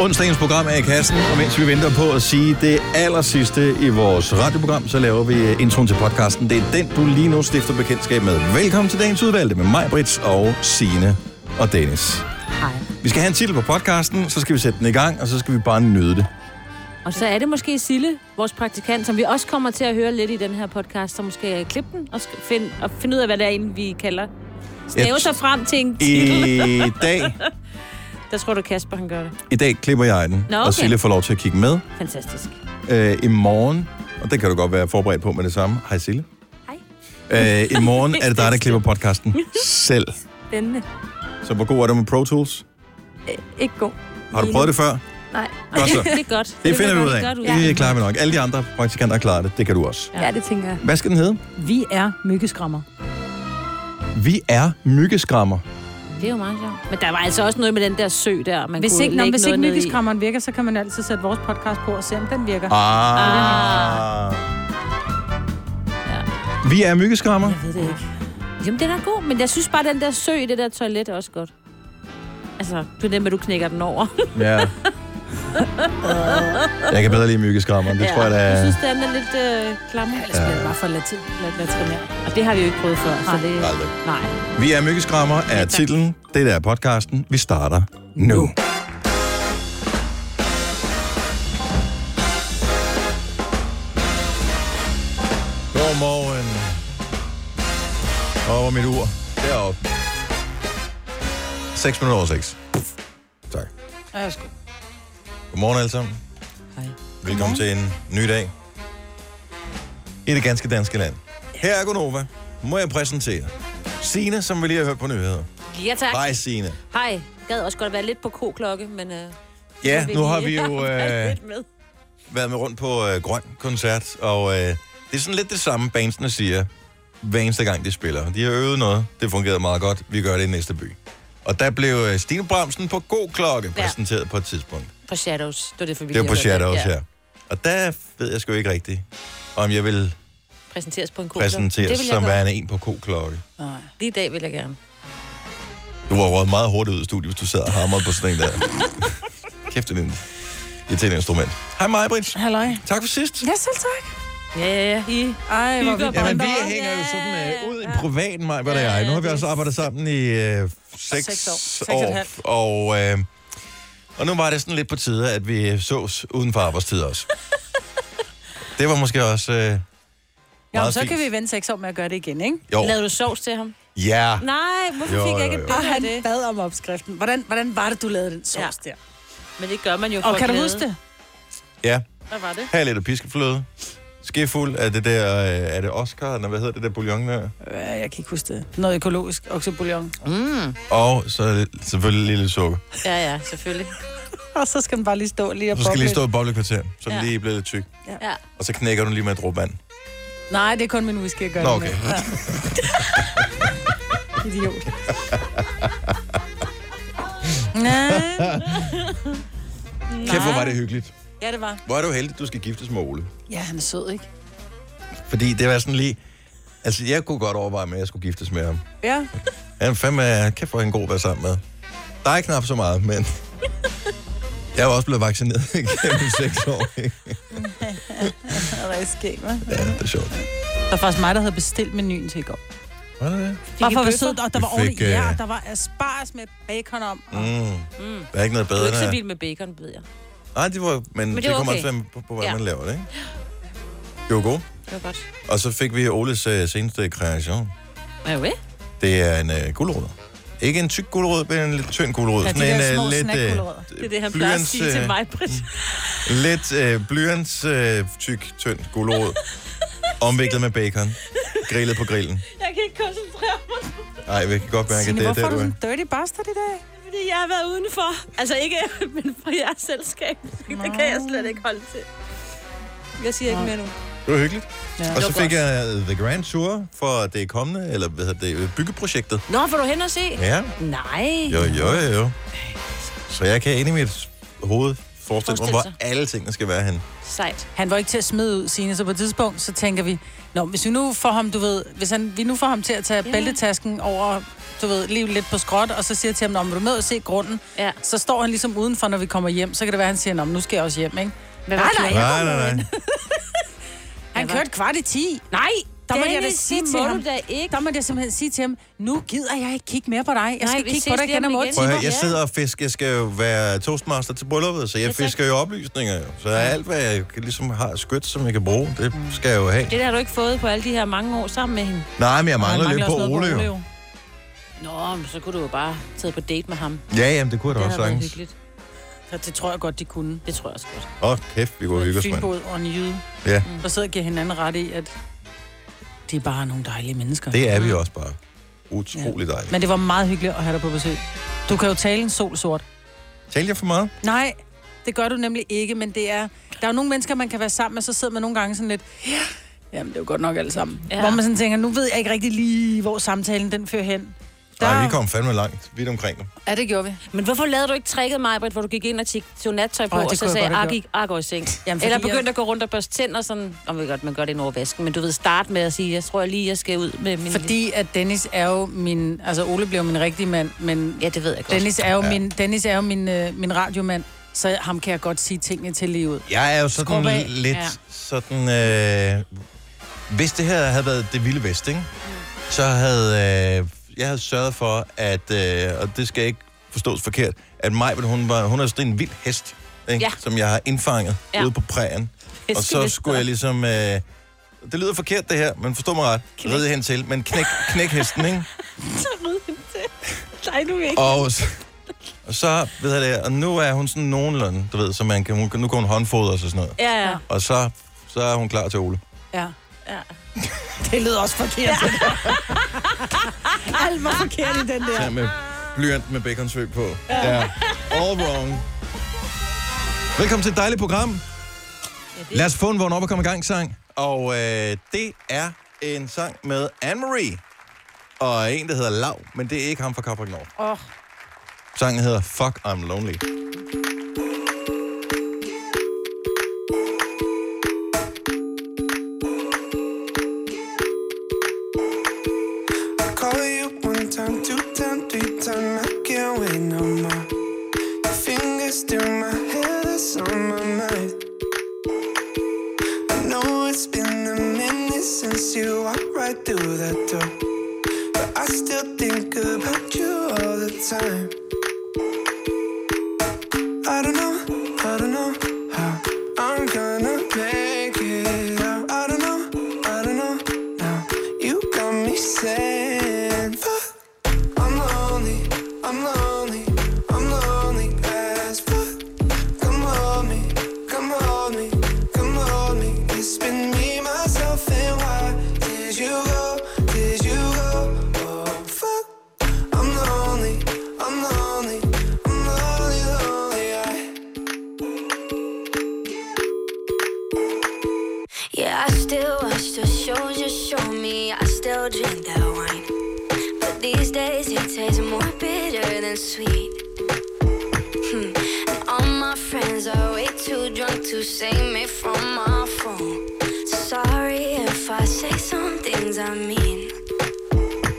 Onsdagens program er i kassen, og mens vi venter på at sige det aller sidste i vores radioprogram, så laver vi øh, introen til podcasten. Det er den, du lige nu stifter bekendtskab med. Velkommen til dagens udvalgte med mig, Brits og Sine og Dennis. Hej. Vi skal have en titel på podcasten, så skal vi sætte den i gang, og så skal vi bare nyde det. Og så er det måske Sille, vores praktikant, som vi også kommer til at høre lidt i den her podcast, som måske klippe den og, sk- find, og finde ud af, hvad det er, egentlig, vi kalder. Stave Jeg- sig frem til en titel. I dag, Der tror du, Kasper han gør det. i dag klipper jeg den, Nå, og okay. Sille får lov til at kigge med Fantastisk. øh, i morgen. Og det kan du godt være forberedt på med det samme. Hej Sille. Hej. Øh, I morgen er det dig, der klipper podcasten selv. Spændende. Så hvor god er du med Pro Tools? Ikke god. Har du Lige prøvet nu. det før? Nej. Godt så. Det er godt. Det finder vi ud af. Godt Det klarer vi nok. Alle de andre praktikanter klarer det. Det kan du også. Ja, det tænker jeg. Hvad skal den hedde? Vi er myggeskrammer. Vi er myggeskrammer. Det er jo meget sjovt. Men der var altså også noget med den der sø der, man Hvis kunne ikke, nå, lægge hvis ikke noget ned i. myggeskrammeren virker, så kan man altid sætte vores podcast på og se, om den virker. Ah. Ja. Vi er myggeskrammer. Jeg ved det ikke. Jamen, den er god, men jeg synes bare, den der sø i det der toilet er også godt. Altså, det er den med, du knækker den over. Ja. Øh. Jeg kan bedre lide myggeskrammer. Det tror jeg, der Jeg er... synes, den er lidt øh, klammer. Ellers bliver Altså, det bare for latin, lat, latrinær. Og det har vi jo ikke prøvet før, så det... Aldrig. Nej. Vi er myggeskrammer er titlen. Det der er podcasten. Vi starter nu. Godmorgen. Over mit ur. Deroppe. 6 minutter over 6. Tak. Ja, jeg skal. Godmorgen alle sammen. Hej. Velkommen til en ny dag i det ganske danske land. Her er Gunova. Må jeg præsentere Sine, som vi lige har hørt på nyheder. Ja, tak. Hej Sine. Hej. Gad også godt være lidt på koklokke, men... Øh, Ja, så vil nu I- har vi jo været øh, lidt med. været med rundt på øh, Grøn Koncert, og øh, det er sådan lidt det samme, bandsene siger, hver eneste gang de spiller. De har øvet noget, det fungerede meget godt, vi gør det i næste by. Og der blev øh, Stine Bramsen på god klokke Ja. præsenteret på et tidspunkt. På Shadows. Det var det, for vi Det var lige på har hørt Shadows her. Og der ved jeg sgu ikke rigtigt, om jeg vil Præsenteres på en koklokke. præsenteres vil jeg som gerne. værende en på k-klokke. Lige i dag vil jeg gerne. Du var røget meget hurtigt ud af studiet, hvis du sad og hamrede på sådan en der. Kæft, det er en irriterende instrument. Hej mig, Brits. Halløj. Tak for sidst. Ja, selv tak. Ja, ja, ja. I Ej, hvor Hygger vi Jamen, Jamen, vi bonder. hænger jo sådan øh, ud i privaten, mig, hvad der er. Nu har vi også arbejdet sammen i øh, seks, Seks år. Seks år. og et år. halvt. Og, øh, og nu var det sådan lidt på tide, at vi sås uden for arbejdstid også. det var måske også... Øh, Jamen, meget så kan fint. vi vente seks år med at gøre det igen, ikke? jo, Lavede du sovs til ham? ja. Nej, hvorfor Jo, fik jeg jo, ikke jo. et Og billede af han det? bad om opskriften. Hvordan, hvordan var det, du lavede den sovs ja. der? Men det gør man jo for Og kan du glæde. huske det? Ja, Hvad var det? her er lidt af piskefløde. Skefuld af det der... Øh, er det Oscar? Eller hvad hedder det der bouillon der? Øh, jeg kan ikke huske det. Noget økologisk oksebouillon. Mm. Og så selvfølgelig lidt lidt sukker. Ja, ja, selvfølgelig. Og så skal den bare lige stå lige og Så skal lige boble. stå i boblekvarter, så den Ja. lige er blevet lidt tyk. Ja. Og så knækker du den lige med et dråbe vand. Nej, det er kun min whisky, jeg gør Nå, det okay. med. Idiot. Nej. Kæft, hvor var det hyggeligt. Ja, det var. Hvor er du heldig, du skal giftes med Ole. Ja, han er sød, ikke? Fordi det var sådan lige... Altså, jeg kunne godt overveje, at jeg skulle giftes med ham. Ja. Han er fandme... Kæft, hvor er han god at være sammen med. Der er knap så meget, men... Jeg er jo også blevet vaccineret gennem seks år. ikke? Han er skæg, hva'? Ja, det er sjovt. Det var faktisk mig, der havde bestilt menuen til i går. Var det det? Bare for at være bøffer? sød, og der Vi var ordentligt. fik, øh, Ja, og der var asparges med bacon om. Mm. Der er ikke noget Du er bedre, ikke så end... at- vild med bacon, ved jeg. Nej, det var... Men, det, det var kommer okay. også an på, på, hvordan Ja. man laver det, ikke? Det var godt. Det var godt. Og så fik vi Oles øh, seneste kreation. Er du ved? Det er en øh, gulerod. Ikke en tyk gulerod, men en lidt tynd gulerod. Ja, de Sådan der en, øh, små lidt, snackgulerødder. Det er det, han plejer at sige øh, til mig, Britt. Lidt øh, blyants, øh, tyk, tynd gulerod. omviklet med bacon. Grillet på grillen. Jeg kan ikke koncentrere mig, Ej, jeg kan godt mærke, at Signe, det er hvorfor er det, du du er. sådan en dirty bastard i dag? fordi jeg har været udenfor. Altså ikke, men for jeres selskab. Det kan jeg slet ikke holde til. Jeg siger ikke mere nu. Det var hyggeligt. Ja. Og så fik jeg øh, The Grand Tour for det kommende, eller hvad hedder det, øh, byggeprojektet. Nå, får du hen og se? Ja, Nej. jo, jo, jo. Så jeg kan ind i mit hoved Forestil dig, Forestil hvor sig. alle tingene skal være henne. Sejt. Han var ikke til at smide ud, Signe, så på et tidspunkt, så tænker vi, Nå, hvis vi nu får ham, du ved, hvis han, vi nu får ham til at tage Ja. yeah. bæltetasken over, du ved, lige lidt på skråt, og så siger jeg til ham, Nå, vil du med og se grunden? Ja. Så står han ligesom udenfor, når vi kommer hjem, så kan det være, han siger, Nå, men nu skal jeg også hjem, ikke? Hvad var klokken? Nej, nej, nej. Han var- kørte kvart i ti. Nej, Der må Dennis, jeg da sige det til må ham. du da ikke. Der må jeg simpelthen sige til ham, nu gider jeg ikke kigge mere på dig. Jeg Nej, vi skal Nej, kigge ses på dig igen lige om om otte lidt. Prøv timer. at Timer, høre, jeg ja. sidder og fisker. Jeg skal jo være toastmaster til brylluppet, så jeg Ja, tak. fisker jo oplysninger. jo. Så alt, hvad jeg kan- ligesom har skødt, som jeg kan bruge, det skal jeg jo have. Det der har du ikke fået på alle de her mange år sammen med hende. Nej, men jeg Og han mangler lidt på også noget Ole, jo. Nå, men så kunne du jo bare tage på date med ham. Det Ja, jamen, det kunne jeg da også havde været sagtens. hyggeligt. Så det tror jeg godt, de kunne. Det tror jeg også godt. Åh, kæft, vi kunne hygge os, mand. Fynbod og en jyde, mm. Ja, der sidder og giver hinanden ret i, at de er bare nogle dejlige mennesker. det er vi også bare. Utrolig dejligt. Men det var meget hyggeligt at have dig på besøg. Du kan jo tale en sol sort. Talte jeg for meget? Nej, det gør du nemlig ikke, men det er... Der er jo nogle mennesker, man kan være sammen med, så sidder man nogle gange sådan lidt... Ja. Jamen, det er jo godt nok alle sammen. Ja. Ja. Hvor man sådan tænker, nu ved jeg ikke rigtig lige, hvor samtalen den fører hen. Der, Nej, vi kom fandme langt. Vidt omkring dem. Ja, det gjorde vi. Men hvorfor lavede du ikke tricket mig, Britt, hvor du gik ind og tjek- tog nattøj på, Åh, det og så kunne jeg sagde, godt have at gik ah, går i seng? Jamen, fordi Eller begyndte jeg- at gå rundt og børste tænder sådan, om oh, godt, man gør det ind over vasken, men du ved, start med at sige, jeg tror jeg lige, jeg skal ud med min... Fordi at Dennis er jo min... Altså, Ole blev min rigtige mand, men Ja, det ved jeg godt. Dennis er jo, Ja. ja. min, Dennis er jo min, øh, min radiomand, så ham kan jeg godt sige tingene til lige ud. Jeg er jo Skrub sådan af. lidt Ja. sådan... Øh, hvis det her havde været det vilde vest, ikke? Mm. så havde øh, jeg havde sørget for, at... Øh, og det skal ikke forstås forkert, at Maj, hun, var, hun er sådan en vild hest, ikke? Ja. som jeg har indfanget Ja. ja. ude på prægen. Og så skulle jeg ligesom... Øh, det lyder forkert, det her, men forstå mig ret. Knæk. Ride hen til, men knæk, knæk hesten, ikke? Nej, nu ikke. Og så, og så ved jeg det, og nu er hun sådan nogenlunde, du ved, så man kan, hun, nu kan hun håndfodre og sådan noget. Ja, ja. Og så, så er hun klar til Ole. Ja. ja. Det lyder også forkert. Ja. Alt var forkert i den der. Ja, med blyant med baconsvøb på. Ja. All wrong. Velkommen til et dejligt program. Lad os få en vågn op og komme i gang sang. Og øh, det er en sang med Anne-Marie. Og en, der hedder Lav, men det er ikke ham fra Capri Nord. Åh. Sangen hedder Fuck I'm Lonely. Call you one time, two time, three time. I can't wait no more. Your fingers through my hair, that's on my mind. I know it's been a minute since you walked right through that door. But I still think about you all the time. I don't know, I don't know how I'm gonna make it out. I don't know, I don't know now. You got me saying, fuck, I'm lonely, I'm lonely, I'm lonely as fuck. Come hold me, come hold me, come hold me. It's been me, myself, and why did you go? Did you go? Oh, fuck. I'm lonely, I'm lonely, I'm lonely, lonely. I Yeah, I still watch your shows you show me. I still drink that wine. But these days it tastes more bitter than sweet. Hmm. And all my friends are way too drunk to save me from my phone. Sorry if I say some things I mean. I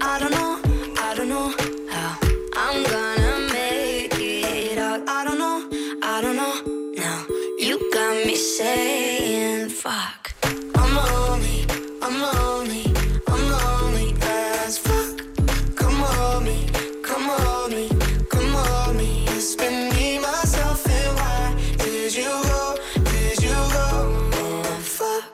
I don't know, I don't know how I'm gonna make it out. I don't know, I don't know now. You got me saying fuck. I'm lonely, I'm lonely, I'm lonely as fuck. Come on me, come on me, come on me. It's been me, myself, and why did you go? Did you go? Oh fuck.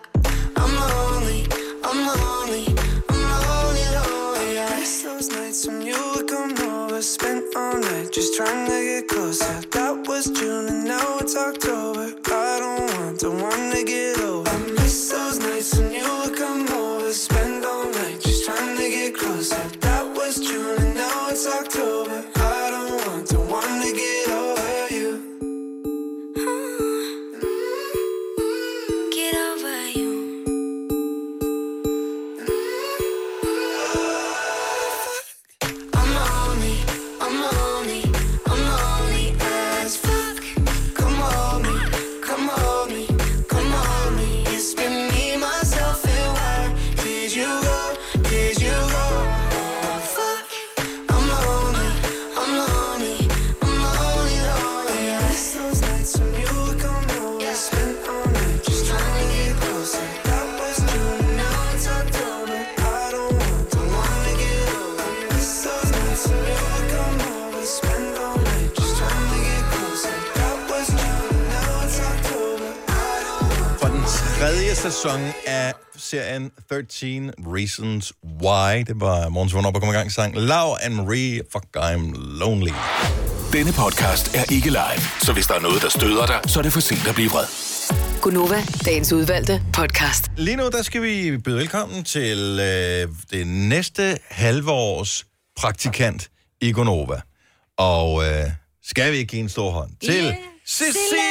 I'm lonely, I'm lonely, I'm lonely, lonely. I miss those nights when you would come over, spent all night just trying to get closer. That was June and now it's October. I don't want to want to get over. I miss those nights when you would come over, spend all night just trying to get closer. That was June and now it's October. I don't want to want to get over you. Get over you. I'm lonely, I'm lonely, I'm lonely. Oh, Fjerde sæson af serien 13 Reasons Why. Det var Måns Vund op og kom i gang sang Lav and Marie, fuck I'm lonely. Denne podcast er ikke live, så hvis der er noget, der støder dig, så er det for sent at blive vred. Gunova, dagens udvalgte podcast. Lige nu, der skal vi byde velkommen til øh, det næste halve års praktikant i Gonova. Og øh, skal vi ikke give en stor hånd til yeah. Cecilie!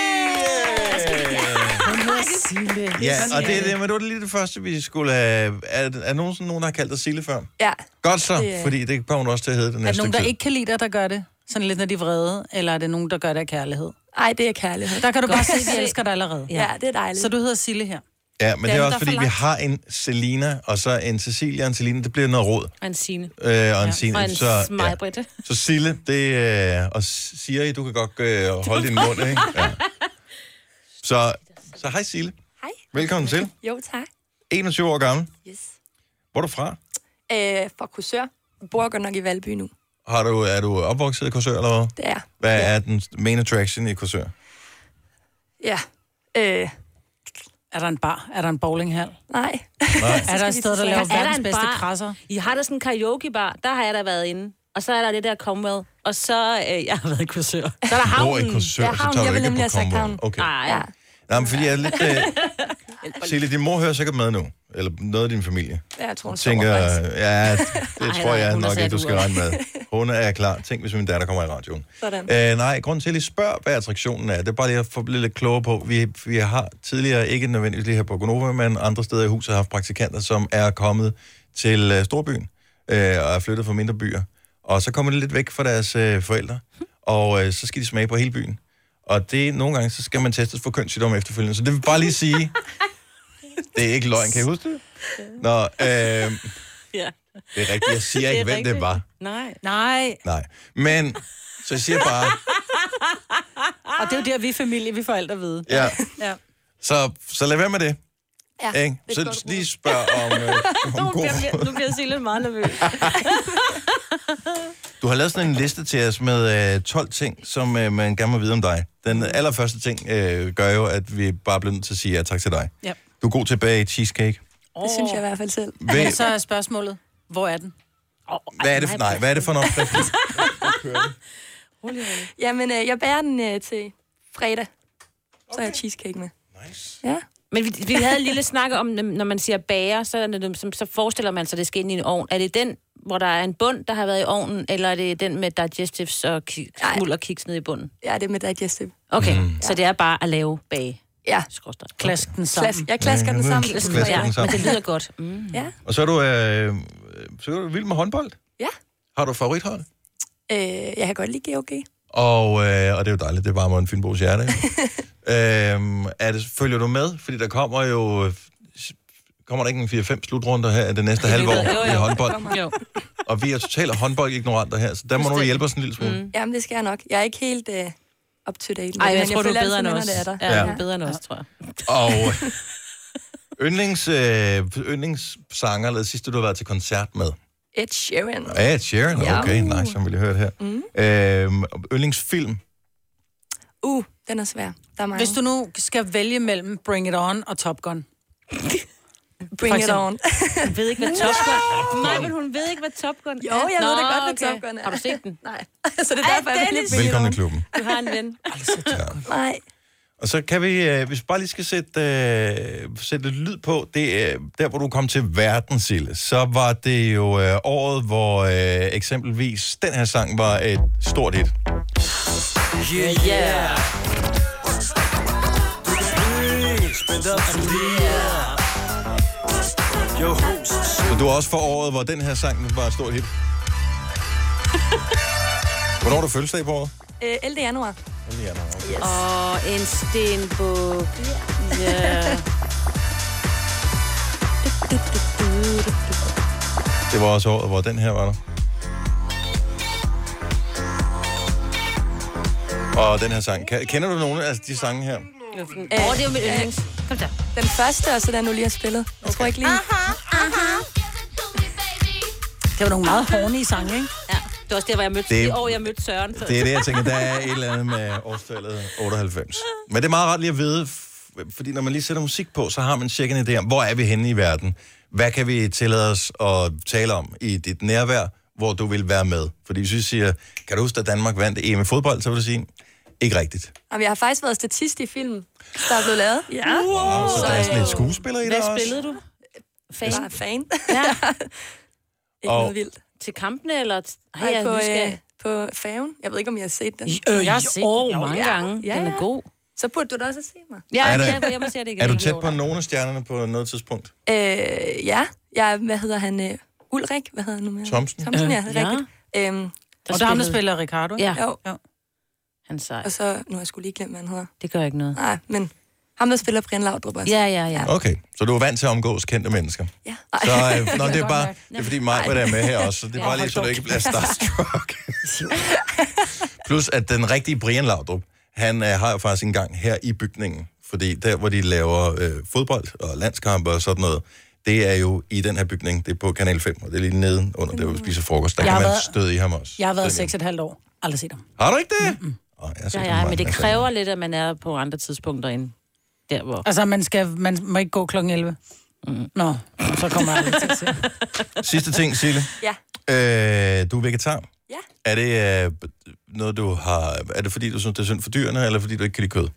Ja, og det er det, men det var lige det første, vi skulle have... Er, er nogen, sådan, nogen, der har kaldt dig Sille før? Ja. Godt så, Det er- fordi det kommer du også til at hedde det Er næste det nogen, der stykke tid. ikke kan lide dig, der gør det? Sådan lidt, når de er vrede, eller er det nogen, der gør det af kærlighed? Ej, det er kærlighed. Der kan du Godt. bare se, at vi elsker dig allerede. Ja, det er dejligt. Så du hedder Sille her. Ja, men det er Dem, også der fordi, vi forlangt. har en Selina, og så en Cecilia og en Selina. Det bliver noget råd. Og en sine. Øh, og en Signe. Og en så, ja. smajbrit. så Sille, det øh, og Siri, du kan godt øh, holde din mund, ikke? Ja. Så, så hej Sille. Hej. Velkommen til. Jo, tak. 21 år gammel. Yes. Hvor er du fra? Øh, fra Kursør. Bor godt nok i Valby nu. Har du, er du opvokset i Korsør, eller hvad? Det er jeg. Hvad er den main attraction i Korsør? Ja. Øh, Er der en bar? Er der en bowlinghal? nej. Nej. Er der et sted, der laver Er der verdens en bedste bar? krasser? I har der sådan en karaokebar, der har jeg da været inde. Og så er der det der Comwell. Og så, øh, jeg har været i kursør. Så er der Hvor i havnen. Korsør, Ja, så havnen. tager Jeg du ville ikke nemlig på have sagt Comwell. havnen. Okay. Nej, Ja. Nej, men fordi jeg er lidt... Øh, Sille, din mor hører sikkert med nu. Eller noget af din familie. Ja, Jeg tror, hun sover, tænker, faktisk. ja, det Ej, tror nej, jeg hun er nok ikke, sat du skal ud. regne med. Hun er klar. Tænk, hvis min datter kommer i radioen. Sådan. Øh, nej, grunden til, at jeg lige spørger, hvad attraktionen er, det er bare lige at få blive lidt klogere på. Vi, vi har tidligere, ikke nødvendigvis lige her på Gonova, men andre steder i huset, haft praktikanter, som er kommet til øh, Storbyen øh, og er flyttet fra mindre byer. Og så kommer de lidt væk fra deres øh, forældre, og øh, så skal de smage på hele byen. Og det nogle gange, så skal man testes for kønssygdom efterfølgende. Så det vil bare lige sige, det er ikke løgn, kan I huske det? Nå, øh, Ja. det er rigtigt. Jeg siger Det er ikke, hvem det rigtigt. var. Nej. Nej, Nej. Men, så jeg siger bare, og det er jo der, vi er familie, vi er forældre ved. ja. Ja. Så, så lad være med det. Ja, Ikke? det er et Så godt lige spørg om, øh, om Nu god... bliver, nu bliver Sille meget nervøs. Du har lavet sådan en liste til os med øh, 12 ting, som øh, man gerne må vide om dig. Mm. Den allerførste ting øh, gør jo, at vi bare bliver nødt til at sige ja tak til dig. Ja. Du er god til at bage cheesecake. råd. Det synes jeg i hvert fald selv. Hvad, Men så er spørgsmålet, hvor er den? hvad, er, det for, nej, hvad er det for en opskrift? Jamen, øh, jeg bærer den øh, til fredag. Så har jeg cheesecake med. Nice. Ja. Men vi, vi havde en lille snak om, nem- når man siger bager, så, er det nem- som- så forestiller man sig, at det skal ind i en ovn. Er det den, hvor der er en bund, der har været i ovnen, eller er det den med digestives og ki- Nej. smuld og kiks ned i bunden? Ja, det er med digestive. Okay, mm. så det er bare at lave bage. Ja. Skorstræk. Klask den sammen. Klas, jeg klasker den sammen. Klasker den Ja, sammen. men det lyder godt. Mm. Ja. Og så er du, øh, så er du vild med håndbold. Ja. Har du favorithold? Øh, jeg kan godt lide GOG. Og, øh, og det er jo dejligt, det varmer en Fynbos hjerte. øhm, er det, følger du med? Fordi der kommer jo... øh, Kommer der ikke en 4-5 slutrunder her i det næste halve år Jo, jo. i håndbold? Jo. Og vi er totalt håndboldignoranter her, så der må du hjælpe os en lille smule. Mm. Jamen, det skal jeg nok. Jeg er ikke helt øh, up to date. med Ej, det, jeg men tror, du føler er bedre end altid, os. når det er der. Ja, du er bedre end os, tror jeg. Og øh, yndlings, øh, yndlingssanger, eller sidste du har været til koncert med? Ed Sheeran. Ja, Sharon. Okay, nice, som vi lige hørte her. Mm. Øhm, yndlingsfilm? Uh, den er svær. Der er mange. Hvis du nu skal vælge mellem Bring It On og Top Gun. Bring for it eksempel- on. Hun ved ikke, hvad Top Gun... Nej, men hun ved ikke, hvad Top Gun Jo, jeg ved da godt, hvad Top Gun er. Har du set den? Nej. så det er Ej, derfor, jeg vil Dennis! bringe Velkommen it i klubben. Du har en ven. on. Nej. Og så kan vi, øh, hvis vi bare lige skal sætte, øh, sætte lidt lyd på, det er der, hvor du kom til verden, Sille, så var det jo øh, året, hvor øh, eksempelvis den her sang var et stort hit. Så du er også for året, hvor den her sang var et stort hit. Hvornår har du fødselsdag på året? Øh, 11. januar. Okay. Og en stenbog. Ja. Det var også året, hvor den her var der. Og den her sang. Kan- Kender du nogen af de sange her? Åh, det er Øh. jo mit yndlings. Kom der. Den første, og så den, du lige har spillet. Jeg tror ikke lige... Det var nogle meget hornige sange, ikke? Ja. Det var også der, hvor jeg mødte, Det- det, år, jeg mødte Søren. Så. Det er det, jeg tænker, der er et eller andet med årstallet 98. Men det er meget rart lige at vide, f- fordi når man lige sætter musik på, så har man cirka en idé om, hvor er vi henne i verden? Hvad kan vi tillade os at tale om i dit nærvær, hvor du vil være med? Fordi hvis vi siger, kan du huske, at Danmark vandt EM i fodbold, så vil du sige, ikke rigtigt. Jamen, jeg har faktisk været statist i film, der er blevet lavet. Ja. Wow, så der er sådan øh, lidt skuespiller i Hvad dig også. spillede du? Fan? Jeg er fan. Ja. Ikke Og- noget vildt. Til kampene, eller? Ej, Nej, jeg, på, husker, øh, på faven. Jeg ved ikke, om I har set den. øh, jeg har set den mange ja. gange. Ja, Den er ja. god. Så burde du da også se mig. Ja, Er jeg, det- jeg, jeg må se det igen. Er du Jeg tæt lover på dig. nogle af stjernerne på noget tidspunkt? Øh, ja, jeg, er- hvad hedder han? Øh, Ulrik, hvad hedder han nu? mere? Thomsen? Thomsen, ja, det Ja. er rigtigt. Øhm, Og der er ham, der spillede- spiller Ricardo. ikke? Ja, jo, han er sej. og så, nu har jeg sgu lige glemt, hvad han hedder. Det gør ikke noget. Nej, men ham, der spiller Brian Laudrup også. Ja, ja, ja. Okay, så du er vant til at omgås kendte mennesker. ja. Så, øh, nå, det er bare, det er fordi mig var der med her også, så det er bare lige, så du ikke bliver starstruck. Plus, at den rigtige Brian Laudrup, han øh, har jo faktisk en gang her i bygningen, fordi der, hvor de laver øh, fodbold og landskampe og sådan noget, det er jo i den her bygning, det er på Kanal 5, og det er lige nede under, der hvor vi spiser frokost, der Jeg kan har man været- støde i ham også. Jeg har været Støde i ham. 6,5 år. Aldrig set ham. Har du ikke det? Mm-hmm. Oh, jeg har Ja, set ham ja, mange men det gange. kræver lidt, at man er på andre tidspunkter end der, hvor... Altså, man, skal, man må ikke gå kl. 11. Mm. Nå, så kommer jeg aldrig til at se. Sidste ting, Sille. Ja. Øh, du er vegetar. Ja. Er det øh, noget, du har... Er det fordi, du synes, det er synd for dyrene, eller fordi du ikke kan lide kød?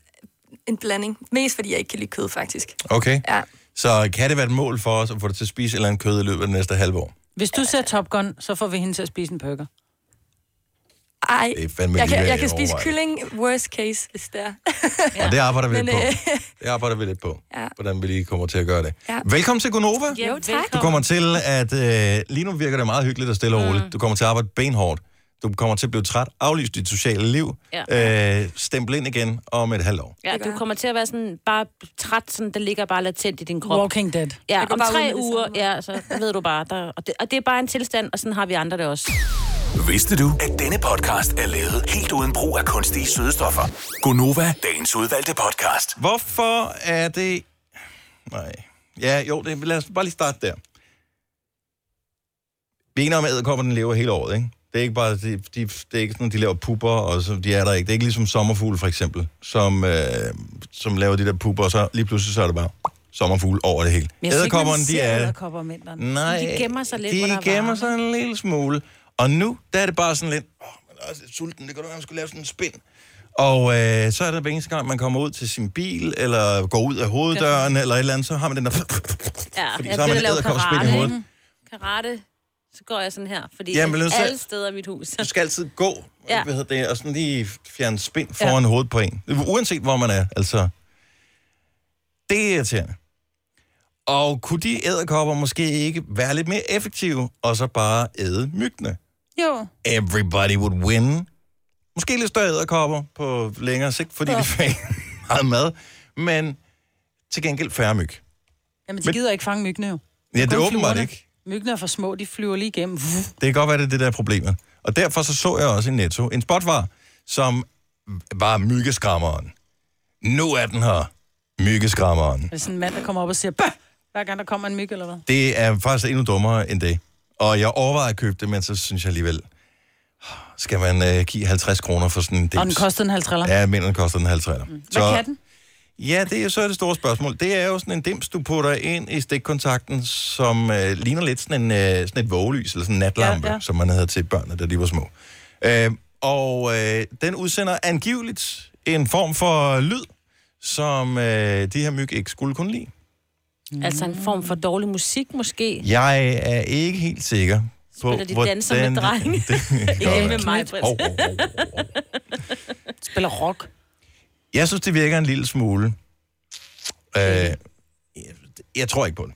En blanding. Mest fordi jeg ikke kan lide kød, faktisk. Okay. Ja. Så kan det være et mål for os at få dig til at spise et eller andet kød i løbet af det næste halve år? Hvis du ser Top Gun, så får vi hende til at spise en burger. Ej, Det er fandme jeg kan, lige jeg kan spise overvejet. kylling, worst case, hvis det er. Og det arbejder vi Men, lidt på. øh, Det arbejder vi lidt på, Ja. hvordan vi lige kommer til at gøre det. Ja. Velkommen til Gonova. Ja, Jo, tak. Du kommer til at... Øh, lige nu virker det meget hyggeligt og stille Mm. og roligt. Du kommer til at arbejde benhårdt. Du kommer til at blive træt, aflyse dit sociale liv, ja. øh, stemple ind igen om et halvt år. Ja, Det gør du jeg. kommer til at være sådan bare træt, sådan, der ligger bare latent i din krop. Walking Dead. Ja, Jeg går om bare ud tre med det uger, samme. ja, så ved du bare. Der, og, det, og det er bare en tilstand, og sådan har vi andre det også. Vidste du, at denne podcast er lavet helt uden brug af kunstige sødestoffer? Gonova, dagens udvalgte podcast. Hvorfor er det... Nej. Ja, jo, det, lad os bare lige starte der. Vi er enige om, at æderkopperne lever hele året, ikke? Det er ikke bare, de, de, det er ikke sådan, at de laver pupper, og så, de er der ikke. Det er ikke ligesom sommerfugle, for eksempel, som, øh, som laver de der pupper, og så lige pludselig så er det bare sommerfugle over det hele. Æderkopperne, de er... Æderkopper om vinteren. Nej, De gemmer sig lidt, hvor der de er gemmer varme. sig en lille smule. Og nu, der er det bare sådan lidt, åh, man er også lidt sulten, det kan du være, man skulle lave sådan en spind. Og øh, så er der hver eneste gang, man kommer ud til sin bil, eller går ud af hoveddøren, eller et eller andet, så har man den der... Ja, Fordi jeg så har begynder at man et lave æderkopspind i karate, hovedet. Karate, så går jeg sådan her, fordi Jamen, Jamen, så- alle steder i mit hus. Du skal altid gå, ja. Ja. hvad hedder det, og sådan lige fjerne spind foran ja. hovedet på en. Uanset hvor man er, altså. Det er irriterende. Og kunne de æderkopper måske ikke være lidt mere effektive, og så bare æde myggene? Jo. everybody would win. Måske lidt større æderkopper på længere sigt, fordi ja. de fik meget mad, men til gengæld færre myg. Jamen, de Men- gider ikke fange myggene jo. Ja, det Kun er åbenbart fluerne. ikke. Myggene er for små, de flyver lige igennem. Det kan godt være, det er det, der er problemet. Og derfor så, så jeg også i Netto en spotvar, som var myggeskrammeren. Nu er den her, myggeskrammeren. Det er sådan en mand, der kommer op og siger, Bøh! hver gang der kommer en myg, eller hvad? Det er faktisk endnu dummere end det. Og jeg overvejede at købe det, men så synes jeg alligevel, skal man øh, give 50 kroner for sådan en dims? Og den kostede en halv triller. Ja, jeg mener, den koster den 50. Mm. Hvad kan den? Ja, det er så det store spørgsmål. Det er jo sådan en dims, du putter ind i stikkontakten, som øh, ligner lidt sådan, en, øh, sådan et vågelys, eller sådan en natlampe, ja, Ja, ja. ja. som man havde til børnene, da de var små. Øh, og øh, den udsender angiveligt en form for lyd, som øh, de her myg ikke skulle kunne lide. Mm. Altså en form for dårlig musik, måske. Jeg er ikke helt sikker på, Spiller de danser med drenge? Det, det, Ikke med mig, Hov, Britt. hov, hov, hov, hov. Spiller rock. Jeg synes, det virker en lille smule. Øh, jeg, jeg tror ikke på det.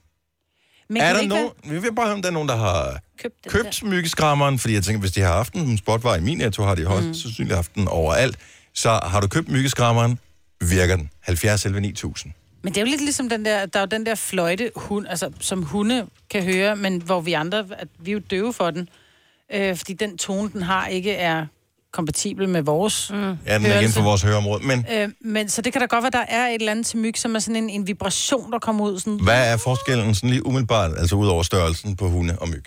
Men Er kan det der ikke nogen, vi vil bare høre, om der er nogen, der har Køb den købt myggeskrammeren, fordi jeg tænker, hvis de har haft den, spot var i min netto, har de højst mm. sandsynligt haft den overalt. Så har du købt myggeskrammeren, virker den. 70 11 9000. være- Men det er jo lidt ligesom den der, der er jo den der fløjte, hund, altså, som hunde kan høre, men hvor vi andre, at vi er jo døve for den. Øh, fordi den tone, den har, ikke er kompatibel med vores. Mm. Er den igen Hørelse. for vores høreområde? Men Øh, men så det kan da godt være, der er et eller andet til myg, som er sådan en, en vibration, der kommer ud. Sådan, hvad er forskellen sådan lige umiddelbart, altså ud over størrelsen på hunde og myg?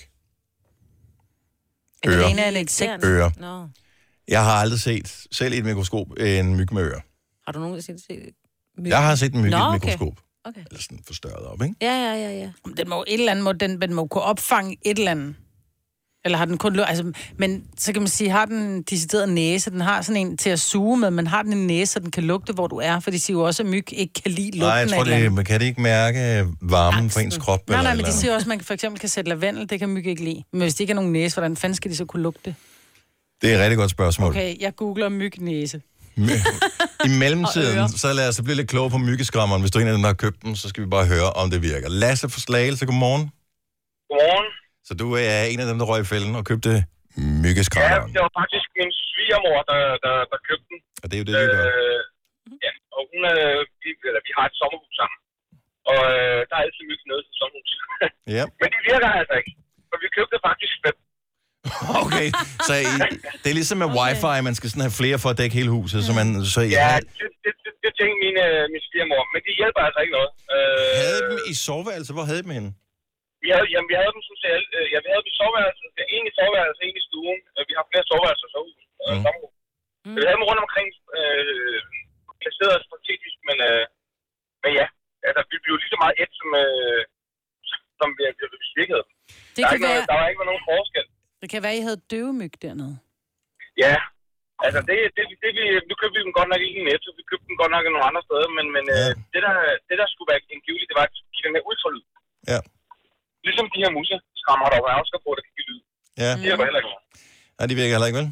Den Ører. ene er en insekt. Ører. Nå. Jeg har aldrig set, selv i et mikroskop, en myg med ører. Har du nogensinde set Jeg har set den med Nå, et okay. mikroskop. Okay. Eller sådan forstørret op, ikke? Ja, ja, ja, ja. Den må jo et eller andet, må, den, den må jo kunne opfange et eller andet. Eller har den kun... lu- Altså, men så kan man sige, har den en decideret næse? Den har sådan en til at suge med, men har den en næse, så den kan lugte, hvor du er? For de siger jo også, at myg ikke kan lide lugten Nej, jeg tror, af et eller det, andet. man kan det ikke mærke øh, varmen på Angsten. ens krop. Nej, nej, eller men de eller- siger også, at man for eksempel kan sætte lavendel, det kan myg ikke lide. Men hvis de ikke har nogen næse, hvordan fanden skal de så kunne lugte? Det er et rigtig godt spørgsmål. Okay, jeg googler mygnæse. I mellemtiden, så lad os blive lidt klogere på myggeskrammeren. Hvis du er en af dem, der har købt den, så skal vi bare høre, om det virker. Lasse fra Slagelse, godmorgen. Godmorgen. Så du øh, er en af dem, der røg i fælden og købte Ja, myggeskrammeren. det var faktisk min svigermor, der, der, der købte den. Og det er jo det, vi gør. Øh, ja, og hun, øh, vi, eller, vi har et sommerhus sammen. Og øh, der er altid myg nede til sommerhus. Ja, Men det virker altså ikke. For vi købte faktisk fem. okay. Så I, det er ligesom med wifi, man skal sådan have flere for at dække hele huset. Så, man, så I Ja, havde, det, det, det, det tænkte min, øh, min svigermor. Men det hjælper altså ikke noget. Øh, havde dem i soveværelset. Hvor havde I dem henne? vi, havde, jamen, vi havde dem sådan set. alle- Øh, ja, vi havde dem i soveværelset. Ja, en i soveværelset, en i stuen. Øh, Vi har flere soveværelser og sovehus. Øh, Mm. sommerhus. Mm. Så vi havde dem rundt omkring øh, placeret os strategisk, men, øh, men ja, altså, vi blev lige så meget et, som, øh, som vi, vi, vi svikkede. Det Der, er kan ikke noget, være, der var ikke nogen forskel. det kan være, I havde døve myg dernede. Ja, altså det, det, det, vi, nu købte vi dem godt nok ikke i Netto, vi købte dem godt nok nogle andre steder, men, men Ja. ja. øh, det, der, det der skulle være angiveligt, det var, at de skulle give den her ultralyd. Ja. Ligesom de her musse skrammer, der var også på, der kan give lyd. Ja, Det hjælper heller ikke. noget. Nej, de virker heller ikke, vel?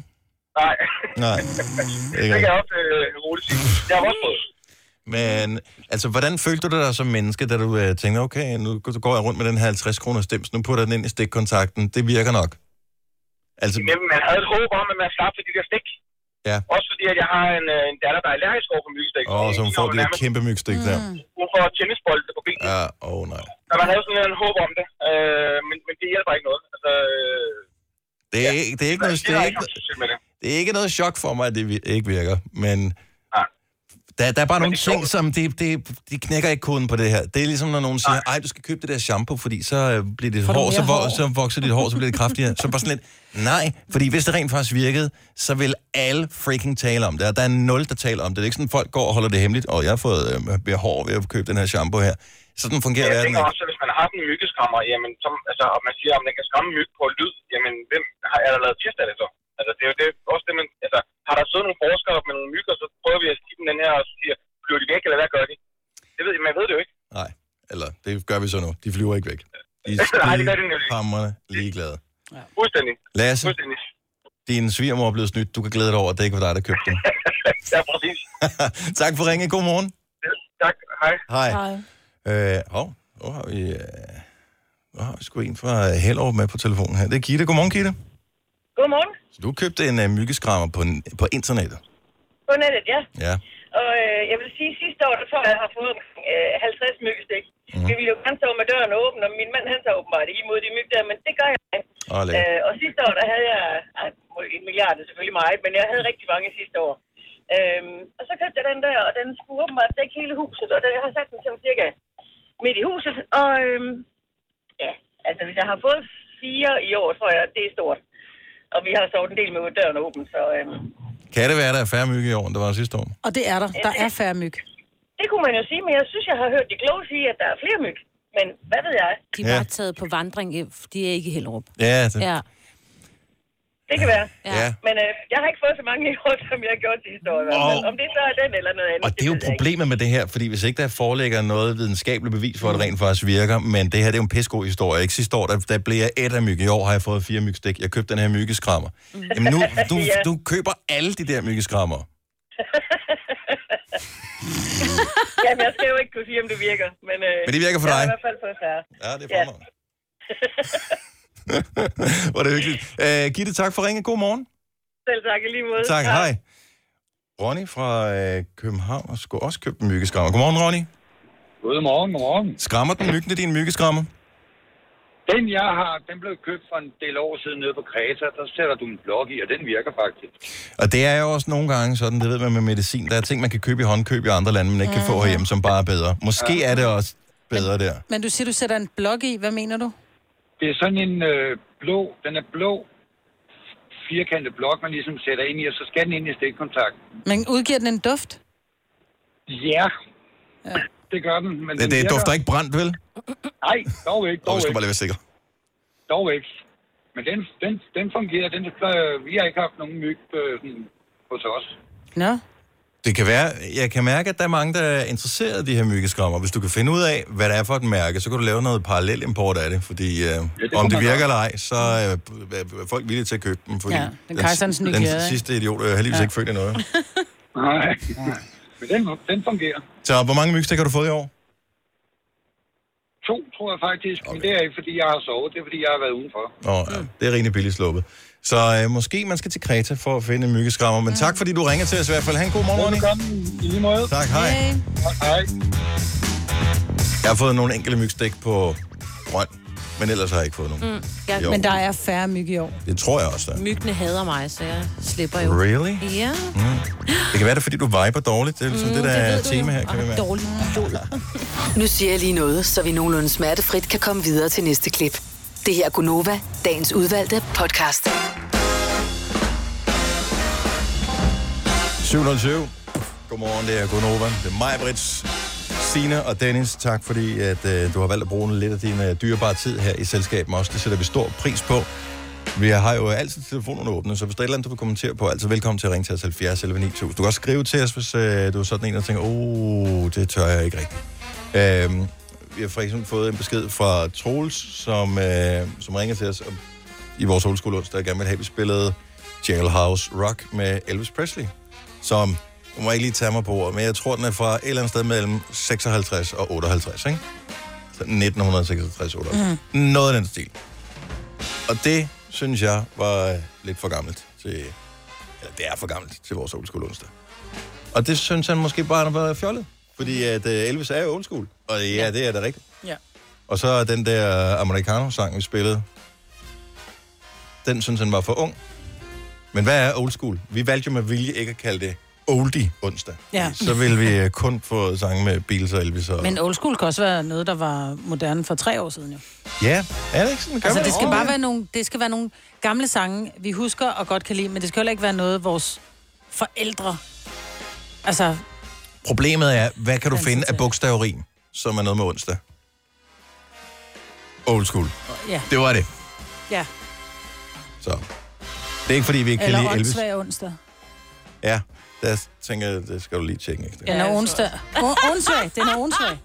Nej, Nej, det det er kan ikke jeg også øh, roligt sige. Jeg har også prøvet. Men altså, hvordan følte du dig som menneske, da du øh, tænkte, okay, nu går jeg rundt med den her 50 kroner stems, nu putter jeg den ind i stikkontakten, det virker nok. Altså, Men man havde et håb om, at man slap for de der stik. Ja. Også fordi, at jeg har en, øh, en datter, der er allergisk over for myggestik. og så hun får det der kæmpe mygstik der. Hun får tennisbolde på benene. Ja, åh oh, nej. Så man havde sådan en håb om det, øh, men, men det hjælper ikke noget. Altså, øh, Det er, ikke, det, er ikke noget, det, der er er ikke, nogen succes med det. det er ikke noget chok for mig, at det vi- ikke virker, men... Nej. Der, der er bare nogle det er sjovt. ting, som de, de, de knækker ikke koden på det her. Det er ligesom, når nogen siger, ej, du skal købe det der shampoo, fordi så øh, bliver dit du hår, så, mere hår. hår?" så vokser dit hår, så bliver det kraftigere. Så bare sådan lidt, nej, fordi hvis det rent faktisk virkede, så vil alle freaking tale om det, og der er nul, der taler om det. Det er ikke sådan, folk går og holder det hemmeligt, og jeg har fået øh, mere hår ved at købe den her shampoo her. Sådan fungerer Jeg verden tænker ikke. også, at hvis man har sådan en myggeskrammer, jamen, som, altså, og man siger, at man kan skræmme myg på lyd, jamen, hvem har, er der lavet test af det så? Altså, det er jo det, også det, man, altså, har der siddet nogle forskere med nogle myg, og så prøver vi at give dem den her, og så siger, flyver de væk, eller hvad gør de? Det ved, man ved det jo ikke. Nej, eller det gør vi så nu. De flyver ikke væk. De Nej, det gør er de nemlig. hamrende ligeglade. Fuldstændig. Lasse, Fuldstændig. din svigermor er blevet snydt. Du kan glæde dig over, at det ikke var dig, der købte den. Ja, præcis. tak for ringen. God morgen. Tak. Hej. Hej. Hej. Øh, hov, nu har vi... Øh, nu har vi sgu en fra Hellerup med på telefonen her. Det er Gitte. Godmorgen, Gitte. Godmorgen. Så du købte en øh, myggeskrammer på, n- på internettet. På nettet, ja. Ja. Og øh, jeg vil sige, sidste år, der tror jeg, jeg har fået omkring, øh, 50 myggestik. Mhm. Mm. Vi ville jo gerne stå med døren åben, og min mand, han tager åbenbart ikke imod de myg der, men det gør jeg. Og lækkert. Øh, og sidste år, der havde jeg, ej, en milliard er selvfølgelig meget, men jeg havde rigtig mange sidste år. Øhm, og så købte jeg den der, og den skulle åbenbart dække hele huset, og den, jeg har sat den sådan cirka midt i huset. Og øhm, ja, altså hvis jeg har fået fire i år, tror jeg, det er stort. Og vi har sovet en del med døren åben, så øhm, Kan det være, der er færre mygge i år, end der var sidste år? Og det er der. Der er færre myg. Det kunne man jo sige, men jeg synes, jeg har hørt de kloge sige, at der er flere myg. Men hvad ved jeg? De er Ja. bare taget på vandring. i- De er ikke i Hellerup. Ja, det, Ja. Det kan være. ja. Men øh, jeg har ikke fået så mange i år, som jeg har gjort sidste år. i hvert fald. Og- Om det så er den eller noget andet. Og det er jo ved jeg ikke. problemet med det her, fordi hvis ikke der foreligger noget videnskabeligt bevis for, at det rent faktisk virker, men det her det er jo en pissegod historie. Ikke sidste år, der, der blev jeg et af myg. I år har jeg fået fire mygstik. Jeg købte den her myggeskrammer. Mm. Jamen nu, du, Ja. du køber alle de der myggeskrammer. Jamen, jeg skal jo ikke kunne sige, om det virker. Men, øh, Men det virker for jeg har dig. i hvert fald fået færre. Ja, det er fremragende. Hvor er det hyggeligt. Øh, Gitte, tak for ringen. God morgen. Selv tak i lige måde. Tak, hej. Ronny fra øh, København har sgu også købt en myggeskrammer. Godmorgen, Ronny. Godmorgen, godmorgen. Skrammer den myggene, din myggeskrammer? Den, jeg har, den blev købt for en del år siden nede på Kreta. Der sætter du en blok i, og den virker faktisk. Og det er jo også nogle gange sådan, det ved man med medicin, der er ting, man kan købe i håndkøb i andre lande, man ikke kan få herhjemme, som bare er bedre. Måske er det også bedre der. Men du siger, du sætter en blok i. Hvad mener du? Det er sådan en øh, blå, den er blå firkantet blok, man ligesom sætter ind i, og så skal den ind i stikkontakt. Men udgiver den en duft? Ja, Det gør den, men Det, den det virker. dufter ikke brændt, vel? Nej, dog ikke, Nå, dog vi skal ikke, bare lige være sikre. dog ikke. Men den, den, den fungerer, den, øh, vi har ikke haft nogen myg øh, sådan hos os. Nå. Det kan være, jeg kan mærke, at der er mange, der er interesseret i de her myggeskrammer. Hvis du kan finde ud af, hvad det er for et mærke, så kan du lave noget parallel import af det, fordi øh, ja, det kunne om det man virker godt. eller ej, så øh, er folk villige til at købe dem, fordi Ja, ja, den den, kejserens nye den, klæder, ikke? sidste idiot øh, har lige ja. Ja. ikke følt noget. Nej. Men den, den fungerer. Så hvor mange mygstik har du fået i år? To, tror jeg faktisk. Okay. Men det er ikke, fordi jeg har sovet. Det er, fordi jeg har været udenfor. Nå, Mm. ja, det er rimelig billigt sluppet. Så øh, måske man skal til Kreta for at finde en myggeskrammer, Mm. men tak fordi du ringer til os i hvert fald. Ha' en god morgen, Ronny. I lige måde. Tak, hej. Hej. Jeg har fået nogle enkelte mygstik på grøn, men ellers har jeg ikke fået nogen. Mm, ja, Jo. Men der er færre myg i år. Det tror jeg også, der er. Myggene hader mig, så jeg slipper jo. Really? Ja. Mm. Det kan være, det er, fordi du viber dårligt. Det er ligesom mm, det, der er tema her, kan vi mærke. Dårlig Nu siger jeg lige noget, så vi nogenlunde smertefrit kan komme videre til næste klip. Det her er Gunova, dagens udvalgte podcast. 707. Godmorgen, det er Gunova. Det er mig, Brits, Sina og Dennis. Tak fordi, at øh, du har valgt at bruge lidt af din øh, dyrebare tid her i selskab med os. Det sætter vi stor pris på. Vi har jo altid telefonerne åbne, så hvis der er et eller andet, du vil kommentere på, altså velkommen til at ringe til os 70 11 9000. Du kan også skrive til os, hvis øh, du er sådan en, der tænker, åh, det tør jeg ikke rigtigt. Øhm, vi har for eksempel fået en besked fra Troels, som, øh, som ringer til os om- i vores old school onsdag, der gerne vil have, at vi spillede Jailhouse Rock med Elvis Presley, som, nu må jeg ikke lige tage mig på ordet, men jeg tror, den er fra et eller andet sted mellem 56 og 58, ikke? Så 1956 58 mm. Noget af den stil. Og det, synes jeg, var øh, lidt for gammelt til... Eller det er for gammelt til vores old school onsdag. Og det synes han måske bare var fjollet. Fordi at øh, Elvis er jo old school. Og ja, ja. det er det rigtigt. Ja. Og så er den der Americano-sang, vi spillede, den synes han var for ung. Men hvad er old school? Vi valgte jo med vilje ikke at kalde det oldie onsdag. Ja. Så ville vi øh, kun få sange med Beatles og Elvis. Og... Men old school kan også være noget, der var moderne for tre år siden jo. Ja, er det ikke sådan? Gør Altså, man det skal overhovedet bare være nogle, det skal være nogle gamle sange, vi husker og godt kan lide, men det skal heller ikke være noget, vores forældre... Altså, Problemet er, hvad kan du finde af bogstaverim, som er noget med onsdag? Old school. ja. Det var det. ja. Så. Det er ikke, fordi vi ikke kan Eller lide Elvis. åndssvag onsdag. Ja, der tænker jeg, det skal du lige tjekke ekstra. Ja, ja onsdag. O- Åndssvag, den er åndssvag.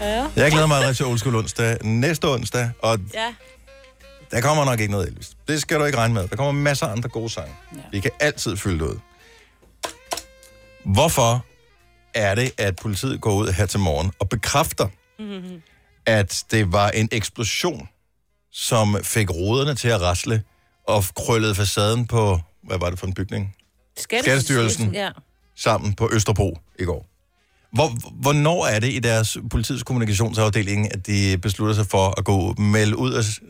Ja. Jeg glæder mig allerede til Old School onsdag næste onsdag, og Ja. der kommer nok ikke noget Elvis. Det skal du ikke regne med. Der kommer masser af andre gode sange. Ja. Vi kan altid fylde det ud. Hvorfor er det, at politiet går ud her til morgen og bekræfter, at det var en eksplosion, som fik ruderne til at rasle og krøllede facaden på, hvad var det for en bygning? Skattestyrelsen. Ja. sammen på Østerbro i går. Hvor, hvornår er det i deres politiets kommunikationsafdeling, at de beslutter sig for at gå melde ud og s-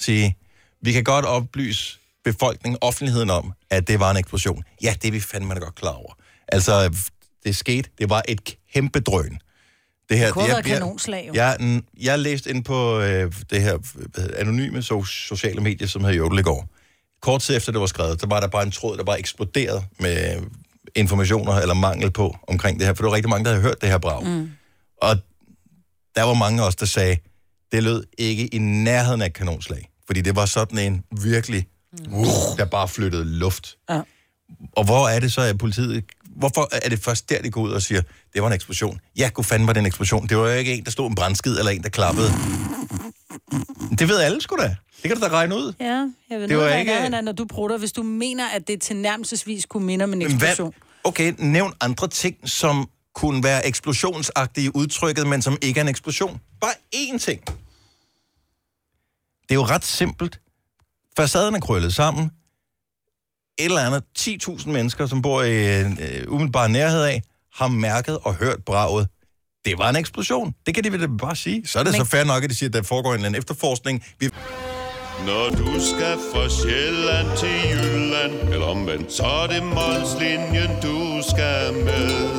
sige, vi kan godt oplyse befolkningen, offentligheden om, at det var en eksplosion. Ja, det er vi fandme da godt klar over. Altså, det skete. Det var et kæmpe drøn. Det her, Det kunne have jeg- været kanonslag, jo. Jeg, jeg, jeg læste ind på øh, det her hvad hedder det, anonyme so, sociale medier, som hed Jodel i går. Kort tid efter det var skrevet, der var der bare en tråd, der bare eksploderede med informationer eller mangel på omkring det her, for der var rigtig mange, der havde hørt det her brag. Mm. Og der var mange af os, der sagde, det lød ikke i nærheden af et kanonslag, fordi det var sådan en virkelig, uh, der bare flyttede luft. Ja. Og hvor er det så, at politiet... Hvorfor er det først der, de går ud og siger, det var en eksplosion? Ja, kunne fanden var det en eksplosion. Det var jo ikke en, der stod en brandskid eller en, der klappede. Det ved alle sgu da. Det kan du da regne ud. Ja, jeg ved Det var noget, ikke- ikke... Af, når du prutter, hvis du mener, at det tilnærmelsesvis kunne minde om en Men hvad- eksplosion. Okay, nævn andre ting, som kunne være eksplosionsagtige i udtrykket, men som ikke er en eksplosion. Bare én ting. Det er jo ret simpelt. Facaden er krøllet sammen. Et eller andet 10.000 mennesker, som bor i en øh, umiddelbar nærhed af, har mærket og hørt braget. Det var en eksplosion. Det kan de vel bare sige. Så er det men... Men- så fair nok, at de siger, at der foregår en eller anden efterforskning. Vi... Når du skal fra Sjælland til Jylland, eller omvendt, så er det Molslinjen, du skal med.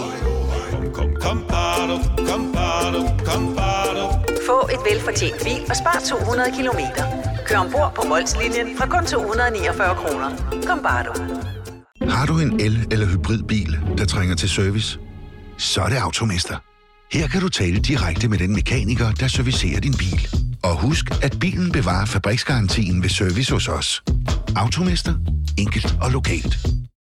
Kom, kom, kom, bado, kom, bado, kom, bado. Få et velfortjent bil og spar 200 kilometer. Kør ombord på Molslinjen fra kun 249 kroner. Kom bare du. Har du en el- eller hybridbil, der trænger til service? Så er det Automester. Her kan du tale direkte med den mekaniker, der servicerer din bil. Og husk, at bilen bevarer fabriksgarantien ved service hos os. Automester. Enkelt og lokalt.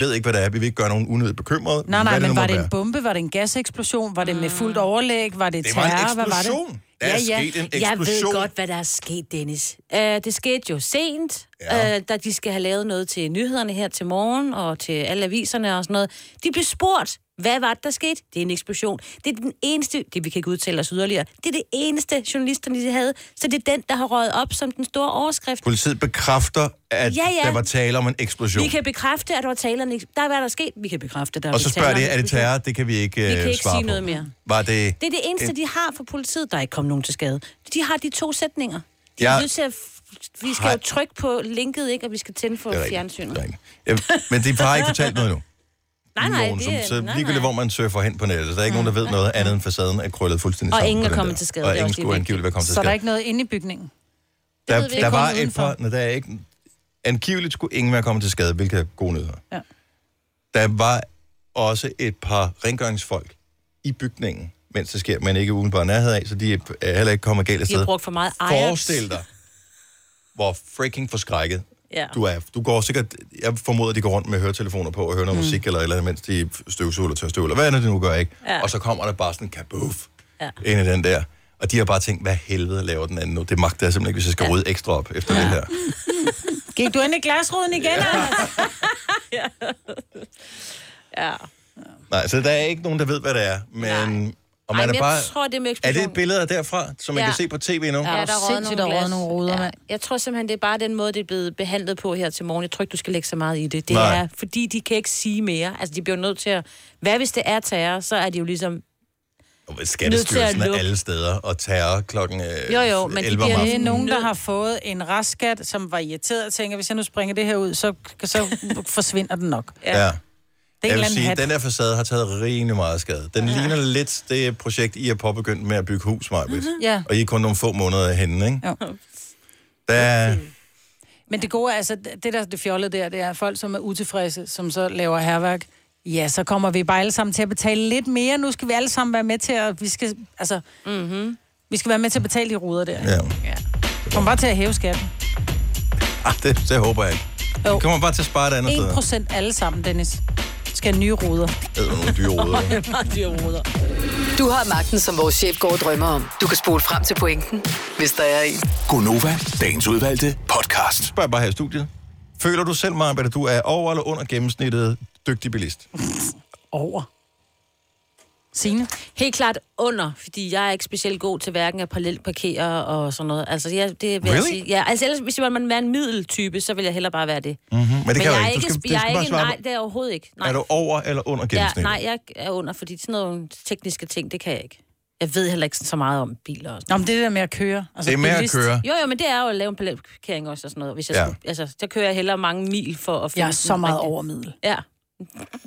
Jeg ved ikke, hvad det er. Vi vil ikke gøre nogen unødigt bekymret. Nej, nej, Hvad men nu var måtte det være. en bombe? Var det en gaseksplosion? Var det med fuldt overlæg? Var det, Det var terror? en Hvad var det? eksplosion. Der er sket en Jeg eksplosion. ved godt, hvad der er sket, Dennis. Uh, det skete jo sent, ja. uh, da de skal have lavet noget til nyhederne her til morgen, og til alle aviserne og sådan noget. De blev spurgt, hvad var det, der skete? Det er en eksplosion. Det er den eneste, det vi kan ikke udtale os yderligere, det er det eneste, journalisterne de havde, så det er den, der har røget op som den store overskrift. Politiet bekræfter, at Ja, ja. der var tale om en eksplosion. Vi kan bekræfte, at der var talerne... Der er hvad der er sket. Vi kan bekræfte, at der Og så var tale spørger om de, en er det eksplosion. terror? Det kan vi ikke, Vi øh, kan ikke svare sige på. noget mere. Var det... Det er det eneste, en- de har for politiet. Der er ikke kommet nogen til skade. De har de to sætninger. De Jeg- er nødt til at f- vi skal Har- jo trykke på linket, ikke? Og vi skal tænde for Det er rigtigt. fjernsynet. Ja, øh, men de har ikke fortalt noget nu. Nej, nej, Mogens, det er... så nej, ligegyldigt, nej. hvor man surfer hen på nettet. Der er ikke nogen, der ved noget andet, end facaden er krøllet fuldstændig Og sammen. ingen på er den kommet der. til skade. Og Det er ingen også lige skulle angiveligt være kommet til Så der er skade. ikke noget inde i bygningen? Det Der, ved vi der ikke, var kun et par... Nej, der er ikke... Angiveligt skulle ingen være kommet til skade, hvilket er gode nyheder. Ja. Der var også et par rengøringsfolk i bygningen, mens det sker, men ikke udenbart nærhed af, så de er heller ikke kommet galt af De har sted. brugt for meget Ajax. Forestil dig, hvor freaking forskrækket Ja. du er. Du går sikkert, jeg formoder, de går rundt med høretelefoner på og hører noget Mm. mm. musik eller et eller andet, mens de støvsuger eller tør støv, eller hvad end det nu gør, ikke? Ja. Og så kommer der bare sådan en kabuff Ja. ind i den der. Og de har bare tænkt, hvad helvede laver den anden nu? Det magter jeg simpelthen ikke, hvis jeg skal rydde ekstra op efter ja. det her. Gik du ind i glasruden igen, Anders? Ja. Nej, så der er ikke nogen, der ved, hvad det er. Men, Nej. og man Ej, Ej, men er jeg bare... tror, det er med er det eksplosionen. billeder derfra, som man Ja. kan se på tv nu? Ja, der er røget Sindssygt, der er nogle, røget glas. nogle ruder, ja. Jeg tror simpelthen, det er bare den måde, det er blevet behandlet på her til morgen. Jeg tror ikke, du skal lægge så meget i det. Det Nej. er, fordi de kan ikke sige mere. Altså, de bliver nødt til at... Hvad hvis det er terror, så er de jo ligesom... Nødt Skattestyrelsen til at er lukke. alle steder, og terror klokken øh, Jo, jo, men de 11 bliver om det er aftenen. nogen, der har fået en restskat, som var irriteret og tænker, hvis jeg nu springer det her ud, så, så forsvinder den nok. Ja. Det er Jeg en eller vil anden sige, hat. at den her facade har taget rimelig meget skade. Den ja. ligner lidt det projekt, I har påbegyndt med at bygge hus, Majbrit. Mhm. Ja. Og I er kun nogle få måneder henne, ikke? Jo. Der er Men det gode er, altså, det der det fjollede der, det er folk, som er utilfredse, som så laver herværk. Ja, så kommer vi bare alle sammen til at betale lidt mere. Nu skal vi alle sammen være med til at... Vi skal, altså, mm-hmm. vi skal være med til at betale de ruder der. Ja. ja. Kom bare til at hæve skatten. Ah, det, det håber jeg ikke. Jo. Jo. Kommer bare til at spare et andet sted. 1 procent alle sammen, Dennis. Skal have nye ruder. Det er nogle dyre hoveder. dyre ruder. Du har magten, som vores chef går og drømmer om. Du kan spole frem til pointen, hvis der er en. Gonova, dagens udvalgte podcast. Spørg bare her i studiet. Føler du selv, Maja, at du er over eller under gennemsnittet dygtig bilist? Over. Signe? Helt klart under, fordi jeg er ikke specielt god til hverken at parallelparkere og sådan noget. Altså, jeg, det vil jeg Really? sige. Ja, altså ellers, hvis man var en middeltype, så ville jeg hellere bare være det. Mm-hmm. Men det kan jeg du er ikke. Du skal, sp- du jeg skal er bare ikke, svare nej, på, det er jeg overhovedet ikke. Nej. Er du over eller under ja, gennemsnittet? nej, jeg er under, fordi sådan nogle tekniske ting, det kan jeg ikke. Jeg ved heller ikke så meget om biler og sådan Nå, men det der med at køre. Altså, Det er med at køre. Jo, jo, men det er jo at lave en parallelparkering også og sådan noget. Hvis jeg Ja. ja. skulle, altså, der kører jeg hellere mange mil for at finde Jeg er så den meget rigtige. over middel. Ja,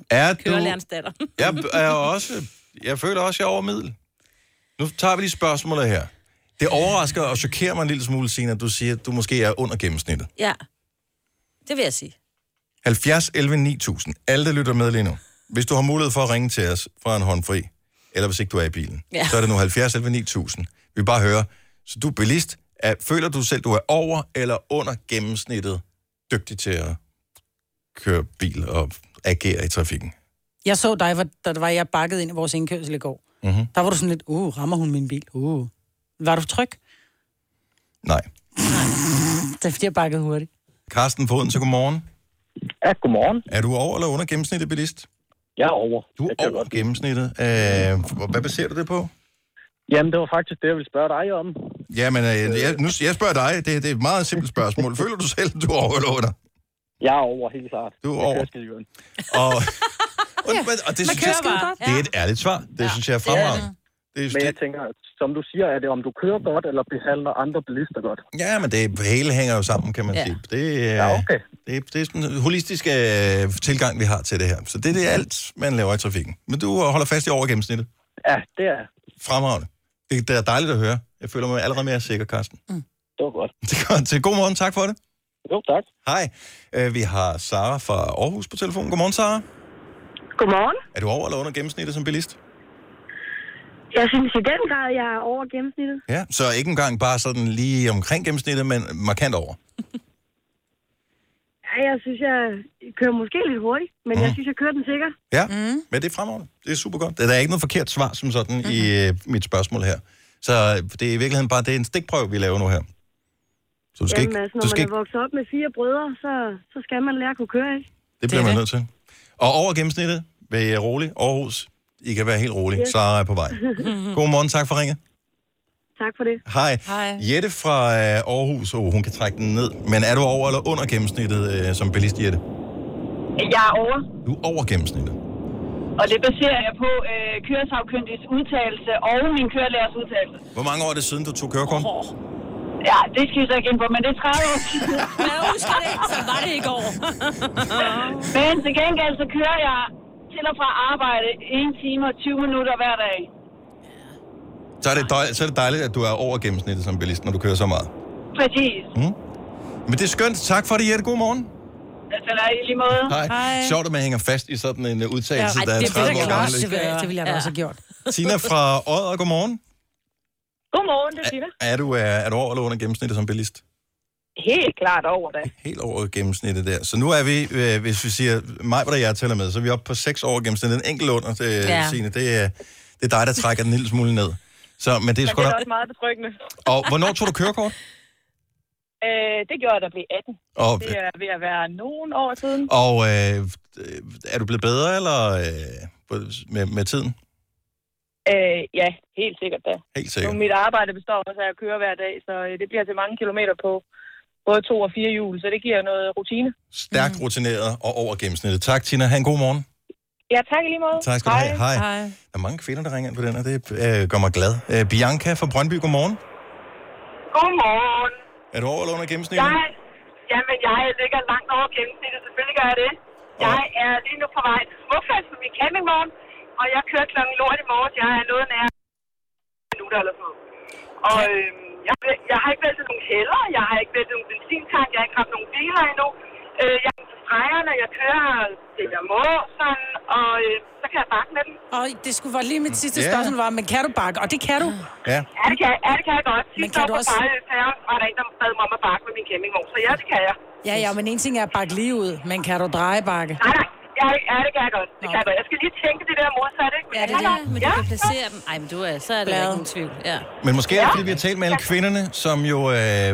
Er du... kørelærens datter. Jeg er også... Jeg føler også, jeg er over middel. Nu tager vi lige spørgsmålet her. Det overrasker og chokerer mig en lille smule, Signe, at du siger, at du måske er under gennemsnittet. ja, det vil jeg sige. 70 11 9000. Alle, der lytter med lige nu. Hvis du har mulighed for at ringe til os fra en håndfri, eller hvis ikke du er i bilen, Ja. ja. så er det nu 70 11 9000. Vi vil bare høre, så du er bilist. Er, føler du selv, du er over eller under gennemsnittet dygtig til at køre bil og agere i trafikken? Jeg så dig, hvor- da det var, jeg bakkede ind i vores indkørsel i går. Mm-hmm. Der var du sådan lidt, uh, rammer hun min bil? Uh. Var du tryg? Nej. Det er fordi, jeg bakkede hurtigt. Carsten Foden, så godmorgen. Ja, godmorgen. Er du over eller under gennemsnittet bilist? Jeg er over. Du er over gennemsnittet. Øh, og hvad baserer du det på? Jamen, det var faktisk det, jeg ville spørge dig om. Jamen, øh, jeg, nu, jeg spørger dig. Det, det er et meget simpelt spørgsmål. Føler du selv, du er over eller under? Jeg er over, helt klart. Du er Jeg over. kører skidegodt. Og, og, ja, og det, man synes kører jeg, bare. det er et ærligt svar. Det ja. synes jeg er fremragende. Det er Men jeg tænker, som du siger, er det om du kører godt, eller behandler andre bilister godt. Ja, men det hele hænger jo sammen, kan man ja. Ja. sige. Det er, ja, okay. det, det er sådan en holistisk øh, tilgang, vi har til det her. Så det, det er alt, man laver i trafikken. Men du holder fast i over gennemsnittet. Ja, det er Fremragende. Det, det er dejligt at høre. Jeg føler mig allerede mere sikker, Carsten. Mm. Det var godt. Det er godt. Så God morgen. Tak for det. Jo, tak. Hej. Øh, Vi har Sara fra Aarhus på telefonen. Godmorgen, Sara. Godmorgen. Er du over eller under gennemsnittet som bilist? Jeg synes i den grad, jeg er over gennemsnittet. Ja. Så ikke engang bare sådan lige omkring gennemsnittet, men markant over. Ja, jeg synes, jeg kører måske lidt hurtigt, men mm. jeg synes, jeg kører den sikkert. Ja, mm. men det er fremover. Det er super godt. Der er ikke noget forkert svar som sådan mm-hmm. i øh, mit spørgsmål her. Så øh, det er i virkeligheden bare det er en stikprøve, vi laver nu her. Så du skal Jamen, ikke, altså, når du skal man ikke, er vokset op med fire brødre, så, så skal man lære at kunne køre, ikke? det bliver man nødt til. Og over gennemsnittet, vær I rolig. Aarhus, I kan være helt rolig. Yes. Yes. Sara er på vej. Godmorgen, tak for ringet. tak for det. Hej. Jette fra øh, Aarhus, oh, hun kan trække den ned. Men er du over eller under gennemsnittet øh, som bilist, Jette? Jeg er over, Du er over gennemsnittet. og det baserer jeg på øh, køresagkyndiges udtalelse og min kørelærers udtalelse. Hvor mange år er det siden, du tog kørekort? Ja, det skal I så ikke ind på, men det er 30 år siden. Jeg husker det, så var det i går. men til gengæld så kører jeg til og fra arbejde 1 time og 20 minutter hver dag. Så er, det dejligt, så er det dejligt, at du er over gennemsnittet som bilist, når du kører så meget. Hmm? Præcis. Men det er skønt. Tak for det, Jette. God morgen. Altså, der er i lige måde. Sjovt, at man hænger fast i sådan en øh, udtalelse, Ja, der ej, er det vil 30 jeg år da gammel. også gøre. Det ville jeg da også have gjort. Tina fra Odder, godmorgen. Godmorgen, det er Tina. Er du, øh, er du over eller under gennemsnittet som bilist? Helt klart over da. Helt over gennemsnittet der. Så nu er vi, øh, hvis vi siger mig, hvad der jeg tæller med, så er vi oppe på 6 år gennemsnittet. En enkelt under, øh, ja. Ja. Signe. Det er, det er dig, der trækker den en lille smule ned. Så, men det er Men sgu det da... er også meget betryggende. Og hvornår tog du kørekort? Øh, det gjorde jeg, da blev 18. Og- Det er ved at være nogen år siden. Og øh, øh, er du blevet bedre eller øh, med, med tiden? Øh, ja, helt sikkert da. Helt sikkert. Nu, mit arbejde består også af at køre hver dag, så øh, det bliver til mange kilometer på både to og fire hjul, så det giver noget rutine. Stærkt rutineret og over gennemsnittet. Tak, Tina. Ha' en god morgen. Ja, tak i lige måde. Tak skal du have. Hej. Der er mange kvinder, der ringer ind på den, og det øh, gør mig glad. Øh, Bianca fra Brøndby, godmorgen. Godmorgen. Er du over eller under gennemsnittet? Jeg, jamen, jeg ligger langt over gennemsnittet. Selvfølgelig gør jeg det. Jeg er lige nu på vej til Smukfest på min campingvogn, og jeg kører klokken lort i morges. Jeg er noget nær minutter eller sådan noget. Og øhm, jeg, jeg har ikke væltet nogen hælder, jeg har ikke væltet nogen benzintank, jeg har ikke haft nogen biler endnu. Øh, jeg er på stregerne, jeg kører det, jeg må, sådan, og øh, så kan jeg bakke med dem. Og det skulle være lige mit sidste Ja. yeah. spørgsmål var, men kan du bakke? Og det kan du. Ja. Ja, det kan, jeg- ja, det kan jeg godt. Men Sidste kan år du på også- Fejløs her var der en, der bad mig om at bakke med min campingvogn, så ja, det kan jeg. Ja, ja, men en ting er at bakke lige ud, men kan du dreje bakke? Nej, nej. Ja, ja, det kan jeg godt. Det kan jeg godt. Jeg skal lige tænke det der modsatte, ikke? Men Ja, det er det, men du kan placere dem. Ej, men du er, så er der ikke nogen tvivl. Ja. Men måske er det, fordi vi har talt med alle kvinderne, som jo øh,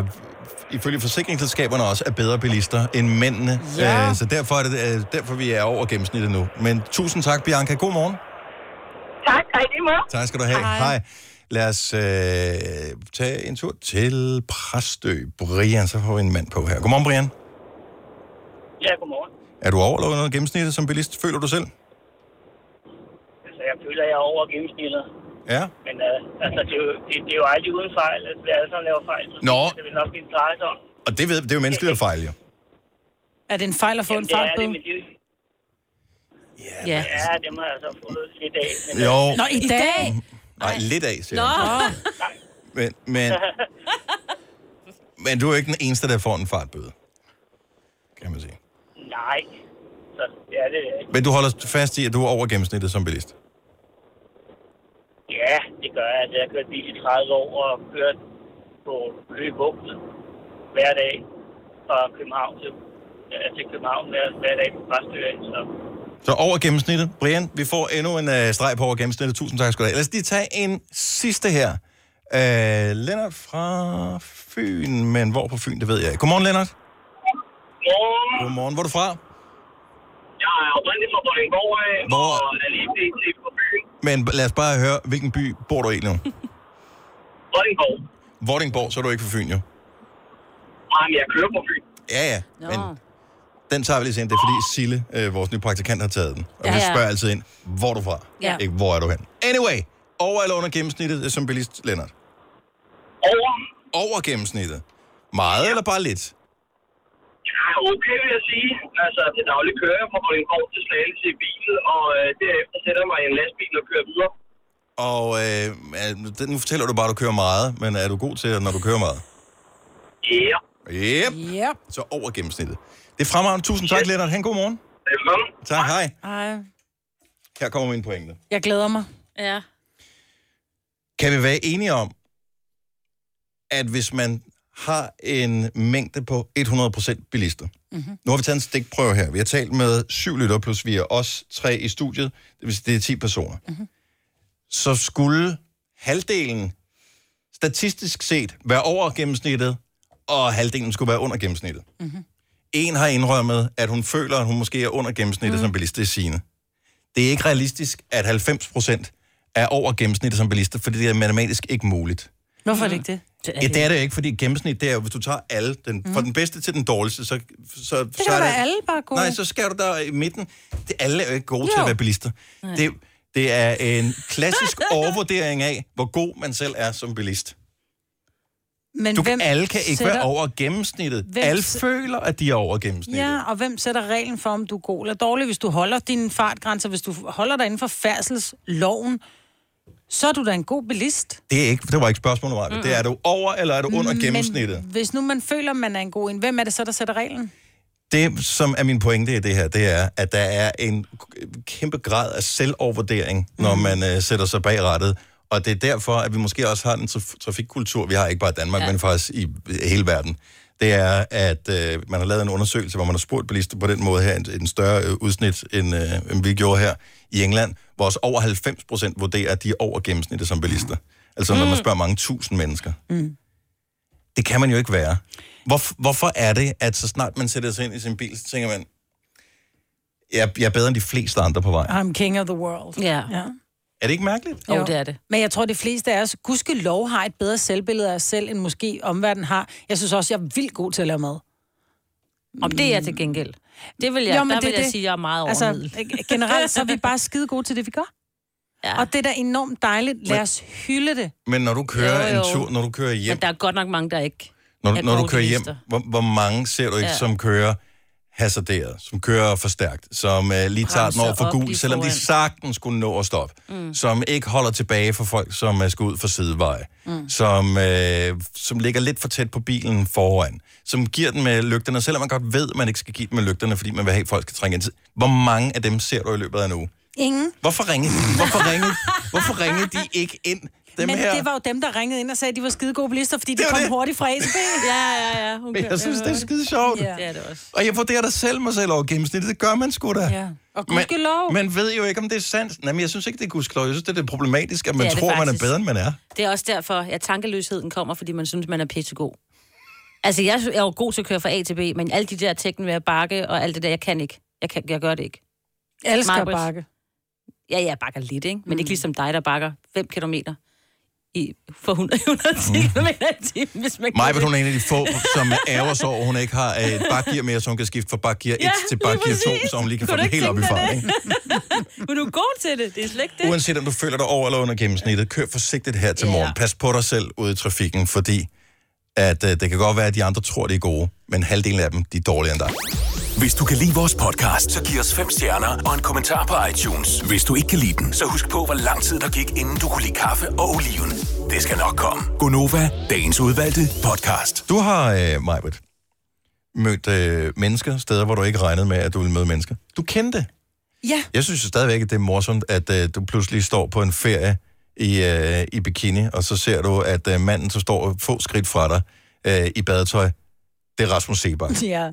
ifølge forsikringsselskaberne også er bedre bilister end mændene. Ja. Øh, så derfor er det øh, derfor, vi er over gennemsnittet nu. Men tusind tak, Bianca. God morgen. Tak, tak lige måde. Tak skal du have. Hej. Hej. Lad os øh, tage en tur til Præstø. Brian, så får vi en mand på her. Godmorgen, Brian. Ja, godmorgen. Er du over eller under gennemsnittet som bilist? Føler du selv? Altså, jeg føler, jeg er over gennemsnittet. Ja. Men øh, altså, det, er jo, det, det, er jo aldrig uden fejl. Altså, vi alle sammen laver fejl. Så Nå. Det vil nok blive en drejet om. Og det, ved, det er jo menneskeligt at fejle, jo. Er det en fejl at få en det fart er på? det med liv. Ja. Ja, dem har jeg så fået lidt af. Men, Jo. øh, Nå, i dag? Nej, lidt af, siger Nå. jeg. Men, men, men du er jo ikke den eneste, der får en fartbøde. Kan man sige. Nej. Så, ja, det er ikke. Men du holder fast i, at du er over gennemsnittet som bilist. Ja, det gør jeg. Altså, jeg har kørt bil i 30 år og kørt på Køge Bugt hver dag fra København til, ja, til København hver, hver dag på Præstø. af. Så Så over gennemsnittet. Brian, vi får endnu en øh, streg på over gennemsnittet. Tusind tak skal du have. Lad os lige tage en sidste her. Øh, Lennart fra Fyn, men hvor på Fyn, det ved jeg ikke. Godmorgen, Lennart. Godmorgen. Godmorgen. Hvor er du fra? jeg er oprindeligt fra Vordingborg øh, af, Hvor? og er lige blevet på byen. Men lad os bare høre, hvilken by bor du i nu? Vordingborg. Vordingborg, så er du ikke fra Fyn, jo. Nej, men jeg kører på Fyn. Ja, ja. Men Den tager vi lige senere. Det er fordi Sille, øh, vores nye praktikant, har taget den. Og Ja, ja, vi ja. spørger altid ind, hvor er du fra? Ja. Ikke, hvor er du hen? Anyway, over eller under gennemsnittet øh, som bilist, Lennart? Over. Over gennemsnittet? Meget ja. eller bare lidt? Ja, okay vil jeg sige. Altså, det daglige kører jeg fra Vordingborg til Slagelse i bilen, og øh, derefter sætter jeg mig i en lastbil og kører videre. Og øh, er- det- nu fortæller du bare, at du kører meget, men er du god til, når du kører meget? Ja. Yep. Yep. Så over gennemsnittet. Det er fremragende. Tusind tak, Lennart. Ha' en god morgen. Velkommen. Tak, hej. Ej, Her kommer mine pointe. jeg glæder mig. Ja. Kan vi være enige om, at hvis man har en mængde på 100% bilister, Mm-hmm. nu har vi taget en stikprøve her. Vi har talt med syv lytter, plus vi er os tre i studiet. Det vil sige, det er 10 personer. Mhm. Mm-hmm. Så skulle halvdelen statistisk set være over gennemsnittet, og halvdelen skulle være under gennemsnittet. Mhm. Mm-hmm. En har indrømmet, at hun føler, at hun måske er under gennemsnittet mm. som bilist. Det er Signe. Det er ikke realistisk, at 90 procent er over gennemsnittet som bilister, fordi det er matematisk ikke muligt. Hvorfor er det ikke det? Ja, det er det jo ikke, fordi gennemsnit, det er jo, hvis du tager alle, den, mm. fra den bedste til den dårligste, så... så det Så så kan er det være alle bare gode. Nej, så skal du der i midten. Det, alle er jo ikke gode jo. til Jo. at være bilister. Nej. Det, det er en klassisk overvurdering af, hvor god man selv er som bilist. Men Du, hvem alle kan ikke sætter- være over gennemsnittet. Hvem Alle s- føler, at de er over gennemsnittet. Ja, og hvem sætter reglen for, om du er god eller dårlig? Hvis du holder dine fartgrænser, hvis du holder dig inden for færdselsloven, så er du da en god bilist. Det, er ikke, det var ikke spørgsmålet, Maja. Det er, er du over, eller er du under gennemsnittet? Men hvis nu man føler, man er en god en, hvem er det så, der sætter reglen? Det, som er min pointe i det her, det er, at der er en k- kæmpe grad af selvovervurdering, når man øh, sætter sig bag rattet. Og det er derfor, at vi måske også har den traf- trafikkultur, vi har ikke bare i Danmark, ja. men faktisk i hele verden. Det er, at øh, man har lavet en undersøgelse, hvor man har spurgt bilister på den måde her, en, en større øh, udsnit, end, øh, end vi gjorde her i England, hvor også over 90 procent vurderer, at de er over gennemsnittet som bilister. Altså når man spørger mange tusind mennesker. Mm. Det kan man jo ikke være. Hvor, hvorfor er det, at så snart man sætter sig ind i sin bil, så tænker man, jeg, jeg er bedre end de fleste andre på vej. I'm king of the world. Ja. ja. Er det ikke mærkeligt? Jo. Men jeg tror, de fleste af os, gudskelov, har et bedre selvbillede af os selv, end måske omverdenen har. Jeg synes også, jeg er vildt god til at lave mad. Om det er jeg til gengæld. Det vil jeg, jo, der det, vil jeg det. sige, at jeg er meget over altså, altså, g- generelt så er vi bare skide gode til det, vi gør. Ja. Og det er da enormt dejligt. Lad Men- os hylde det. Men når du kører Jo, jo. en tur, når du kører hjem, Men der er godt nok mange, der ikke når, er du- når du gode kører hjem, bilister. hvor, hvor mange ser du ikke, Ja. ja. som kører hasarderet, som kører for stærkt, som uh, lige tager den Bremser over for op lige gul, selvom de foran. sagtens skulle nå at stoppe, Mm. mm. som ikke holder tilbage for folk, som uh, skal ud for sideveje, Mm. mm. som, uh, som ligger lidt for tæt på bilen foran, som giver den med lygterne, selvom man godt ved, at man ikke skal give den med lygterne, fordi man vil have, at folk skal trænge ind. til- Hvor mange af dem ser du i løbet af en uge? Ingen. Hvorfor ringede, hvorfor ringede, hvorfor ringede de ikke ind? Dem Men her? det var jo dem, der ringede ind og sagde, at de var skide gode bilister, fordi de Det var kom det. hurtigt fra ASB. ja, ja, ja. Hun Men jeg synes, det er skide sjovt. Ja. Det er det også. Og jeg vurderer dig selv mig selv over gennemsnittet. Det gør man sgu da. Ja. Og gudskelov. Men, men ved jo ikke, om det er sandt. Nej, men jeg synes ikke, det er gudskelov. Jeg synes, det er problematisk, at Det man er det tror, man er faktisk. bedre, end man er. Det er også derfor, at tankeløsheden kommer, fordi man synes, man er pissegod. Altså, jeg er jo god til at køre fra A til B, men alle de der teknikker med at bakke og alt det der, jeg kan ikke. Jeg, kan, jeg gør det ikke. Jeg elsker at Maj-Brit. bakke. Ja, jeg bakker lidt, ikke? Men mm. ikke ligesom dig, der bakker 5 km i, for 100, 110 km i timen, hvis man Mm. Maja, kan hun er det. en af de få, som ærger sig over, at hun ikke har øh, et bakgear mere, så hun kan skifte fra bakgear 1 Ja, til lige bakgear 2, præcis. så hun lige kan få Kunne den du helt ikke op i tænke dig fart. det? Ikke? Men du er god til det, det er slet ikke det. Uanset om du føler dig over eller under gennemsnittet, kør forsigtigt her til Ja. morgen. Pas på dig selv ude i trafikken, fordi at, øh, det kan godt være, at de andre tror, de er gode, men halvdelen af dem, de er dårligere end dig. Hvis du kan lide vores podcast, så giv os fem stjerner og en kommentar på iTunes. Hvis du ikke kan lide den, så husk på, hvor lang tid der gik, inden du kunne lide kaffe og oliven. Det skal nok komme. Gonova, dagens udvalgte podcast. Du har, øh, Majbert, mødt øh, mennesker steder, hvor du ikke regnede med, at du ville møde mennesker. Du kendte. Ja. Jeg synes jo stadigvæk, at det er morsomt, at øh, du pludselig står på en ferie i, øh, i bikini, og så ser du, at øh, manden, som står få skridt fra dig øh, i badetøj, det er Rasmus Sebak. Det Ja. er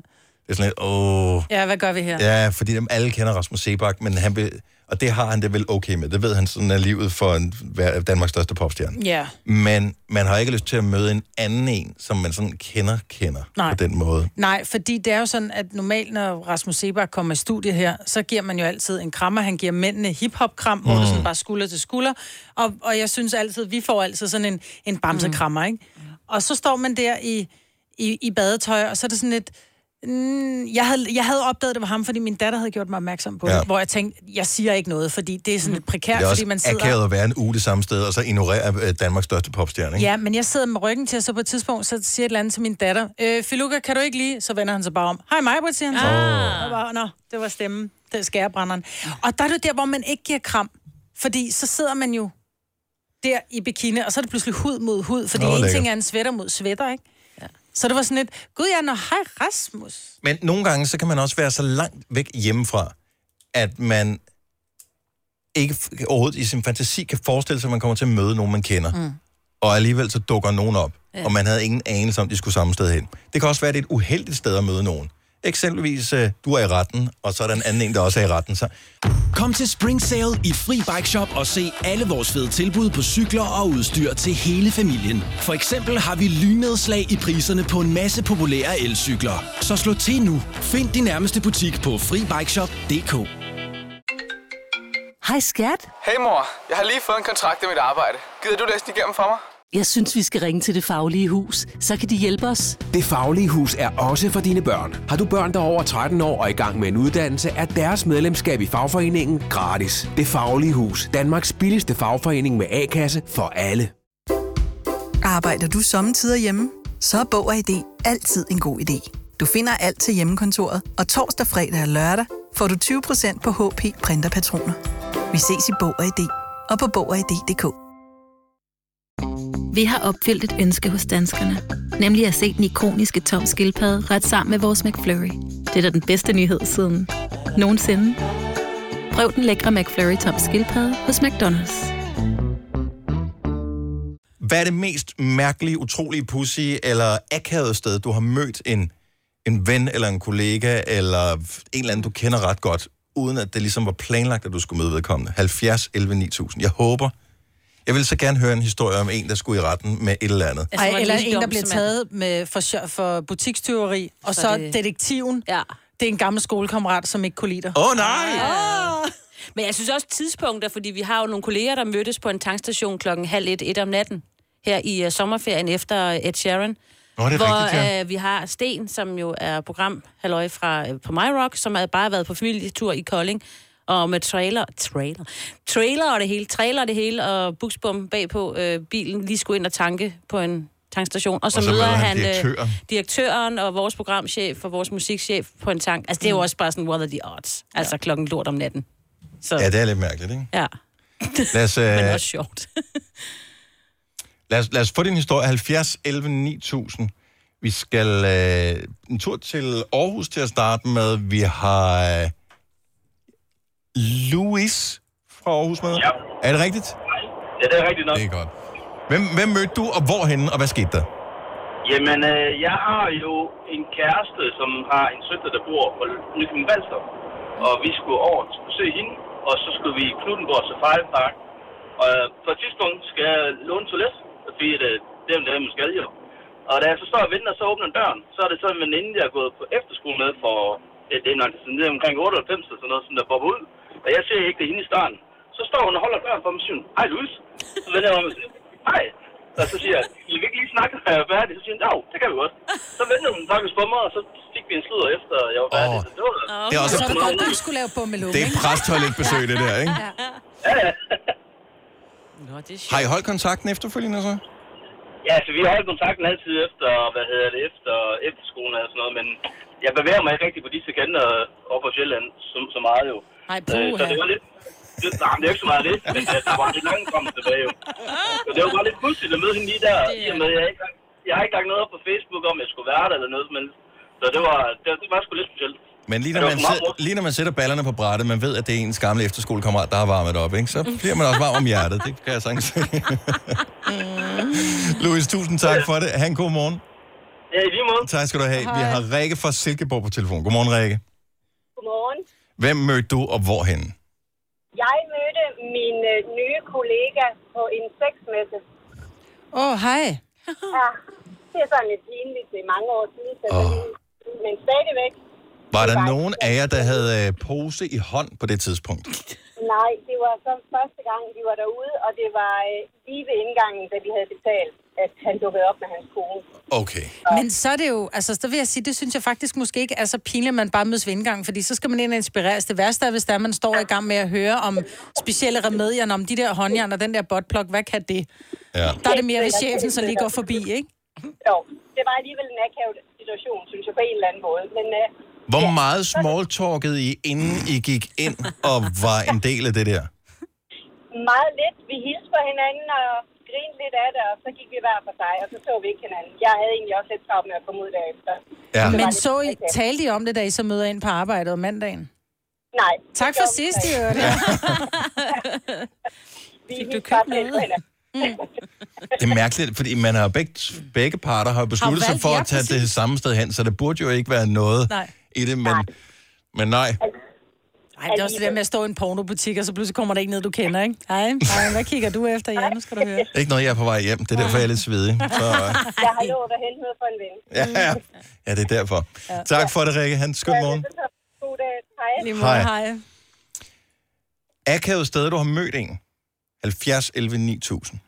sådan lidt, åh... ja, hvad gør vi her? Ja, fordi dem alle kender Rasmus Sebak, men han vil, og det har han det vel okay med. Det ved han, sådan er livet for en, hver- Danmarks største popstjerne. ja. Men man har ikke lyst til at møde en anden en, som man sådan kender, kender Nej. på den måde. Nej, fordi det er jo sådan, at normalt, når Rasmus Sebak kommer i studiet her, så giver man jo altid en krammer. Han giver mændene hip-hop-kram, mm. hvor det sådan bare skulder til skulder. Og, og jeg synes altid, vi får altid sådan en, en bamsekrammer, ikke? Og så står man der i, i, i badetøj, og så er det sådan lidt... Mm, jeg, havde, jeg havde opdaget, at det var ham, fordi min datter havde gjort mig opmærksom på ja. Ja. Mm. det, hvor jeg tænkte, jeg siger ikke noget, fordi det er sådan lidt prekært, det er fordi også man akavet sidder... at være en uge det samme sted, og så ignorere øh, Danmarks største popstjerne, ikke? Ja, men jeg sidder med ryggen til, og så på et tidspunkt, så siger et eller andet til min datter, øh, Filuka, kan du ikke lige? Så vender han sig bare om. Hej mig, Britt, siger han. Ah. Ah. Og bare, Nå, det var stemmen. Det er skærebrænderen. Og der er det der, hvor man ikke giver kram. Fordi så sidder man jo der i bikini, og så er det pludselig hud mod hud, fordi Nå, oh, en lækkert. ting er en sweater mod sweater, ikke? Ja. Så det var sådan lidt, gud, jeg når hej Rasmus. Men nogle gange, så kan man også være så langt væk hjemmefra, at man ikke f- overhovedet i sin fantasi kan forestille sig, at man kommer til at møde nogen, man kender. Mm-hmm. Mm. Og alligevel så dukker nogen op, Ja. ja. og man havde ingen anelse om, at de skulle samme sted hen. Det kan også være, at det er et uheldigt sted at møde nogen. Eksempelvis, øh, du er i retten, og så er der en anden en, der også er i retten. Så Kom til Spring Sale i Fri Bike Shop og se alle vores fede tilbud på cykler og udstyr til hele familien. For eksempel har vi lynedslag i priserne på en masse populære elcykler. Så slå til nu. Find din nærmeste butik på FriBikeShop.dk Hej skat. Hey mor, jeg har lige fået en kontrakt med mit arbejde. Gider du læse den igennem for mig? Jeg synes, vi skal ringe til Det Faglige Hus. Så kan de hjælpe os. Det Faglige Hus er også for dine børn. Har du børn, der er over 13 år og i gang med en uddannelse, er deres medlemskab i fagforeningen gratis. Det Faglige Hus. Danmarks billigste fagforening med A-kasse for alle. Arbejder du sommetider hjemme? Så er Bog og ID altid en god idé. Du finder alt til hjemmekontoret, og torsdag, fredag og lørdag får du 20% på HP printerpatroner. Vi ses i Bog og ID og på Bog og ID.dk. Vi har opfyldt et ønske hos danskerne. Nemlig at se den ikoniske tom skildpadde ret sammen med vores McFlurry. Det er da den bedste nyhed siden nogensinde. Prøv den lækre McFlurry tom skildpadde hos McDonald's. hvad er det mest mærkelige, utrolige, pussy eller akavede sted, du har mødt en, en ven eller en kollega eller en eller anden, du kender ret godt, uden at det ligesom var planlagt, at du skulle møde vedkommende? 70 11 9000. Jeg håber, jeg vil så gerne høre en historie om en, der skulle i retten med et eller andet. Altså, Ej, var eller lige en, der dum, bliver simpelthen. taget med for, sjov- for butikstyveri, og Så så, det- det... detektiven. Ja. Det er en gammel skolekammerat, som ikke kunne lide dig. Åh, nej! Ah. Men jeg synes også tidspunkter, fordi vi har jo nogle kolleger, der mødtes på en tankstation klokken halv et, et om natten, her i uh, sommerferien efter Ed Sheeran. Nå, det er hvor rigtigt, ja. øh, vi har Sten, som jo er program halløj fra øh, på MyRock, som havde bare været på familietur i Kolding, og med trailer, trailer, trailer og det hele, trailer og det hele, og buksbom bag på øh, bilen, lige skulle ind og tanke på en tankstation. Og så, og så møder han, øh, direktøren. direktøren og vores programchef og vores musikchef på en tank. Altså, det er Mm. jo også bare sådan, what are the odds? Altså, klokken lort om natten. Så. Ja, det er lidt mærkeligt, ikke? Ja. Lad os, øh, Men også sjovt. Lad os, lad os få din historie. 70 11 9000. Vi skal øh, en tur til Aarhus til at starte med. Vi har øh, Louis fra Aarhus med. Ja. Er det rigtigt? Ja, det er rigtigt nok. Det er godt. Hvem, hvem mødte du, og hvorhenne, og hvad skete der? Jamen, øh, jeg har jo en kæreste, som har en søster, der bor på Nykøbing Valstrup. Og vi skulle over og skulle se hende, og så skulle vi i Knuttenborg Safari Park. Og øh, på et tidspunkt skal jeg låne toilet, fordi det, det er jo det, man skal jo. Og da jeg så står og venter, så åbner døren. Så er det så en veninde, jeg er gået på efterskole med for, ja, det er nok sådan, det er omkring 98 eller sådan noget, som der bobber ud. Og jeg ser ikke det hende i starten. Så står hun og holder døren for mig og siger, hej Louise. Så vender jeg om og siger, hej. Og så siger jeg, vil vi ikke lige snakke, når jeg er færdig? Så siger hun, ja, det kan vi godt. Så vender hun faktisk på mig, og så fik vi en sludder efter, og jeg var færdig. Åh. Så det var Det er også så er det et- godt, du skulle lave bummelum, Det er et præstholdingbesøg, det der, ikke? Nå, det er Har I holdt kontakten efterfølgende så? Ja, så vi har holdt kontakten altid efter, hvad hedder det, efter efterskolen og sådan noget, men jeg bevæger mig ikke rigtig på disse kanter over på Sjælland så, så meget jo. Nej, øh, så puha. det var lidt... Det, nej, men det er ikke så meget lidt, men øh, der var lidt langt frem og tilbage jo. Så det var bare lidt pudsigt at møde hende lige der, i og med, jeg, ikke, jeg har ikke lagt noget op på Facebook om, at jeg skulle være der eller noget, men så det var, det, det var sgu lidt specielt. Men lige når, Det var man for meget sæt, lige når man sætter ballerne på brættet, man ved, at det er ens gamle efterskolekammerat, der har varmet op, ikke? Mm. så bliver man også varm om hjertet. Det kan jeg sagtens se. Louis, tusind tak for det. Ha' en god morgen. Ja, i lige måde. Tak skal du have. Vi Hej. har Rikke fra Silkeborg på telefon. Godmorgen, Rikke. Godmorgen. Hvem mødte du, og hvorhen? Jeg mødte min øh, nye kollega på en sexmesse. Åh, oh, hej. Ja, det er sådan lidt pinligt. Det er mange år siden, så oh. men stadigvæk. Var der nogen af jer, der havde øh, pose i hånd på det tidspunkt? Nej, det var så første gang, vi var derude, og det var øh, lige ved indgangen, da vi havde betalt. at han dukkede op med hans kone. Okay. Men så er det jo, altså så vil jeg sige, det synes jeg faktisk måske ikke er så pinligt, at man bare mødes ved indgangen, fordi så skal man ind og inspireres. Det værste er, hvis der man står i gang med at høre om specielle remedier, om de der håndjern og den der botplok, hvad kan det? Ja. Der er det mere, hvis chefen så lige går forbi, ikke? Jo, det var alligevel en akavet situation, synes jeg, på en eller anden måde. Men øh, Hvor meget smalltalkede I, inden I gik ind og var en del af det der? meget lidt. Vi hilste på hinanden og grinede lidt af det, og så gik vi hver for sig, og så så vi ikke hinanden. Jeg havde egentlig også lidt travlt med at komme ud derefter. Ja. Mhm. Men så I, talte I om det, da I så møder ind på arbejdet om mandagen? Nej. Tak for sidst, i øvrigt. Fik du købt Mm. noget? Det er mærkeligt, fordi man har begge, begge parter har besluttet Har sig valgt, for ja, at tage det præcis. samme sted hen, så det burde jo ikke være noget Nej. i det, men, men nej. Ej, det er også det der med at stå i en pornobutik, og så pludselig kommer der ikke ned, du kender, ikke? Ej, ej, hvad kigger du efter? Ja, nu skal du høre. Ikke noget, jeg er på vej hjem. Det er derfor, jeg er lidt svedig. Så, øh, Jeg har lovet at hente noget for en ven. ja, ja. ja, det er derfor. Ja. Tak for det, Rikke. Han skøn morgen. God dag. Hej. Lige Hej. hej. Akavet sted, du har mødt en. 70, 11, 9000.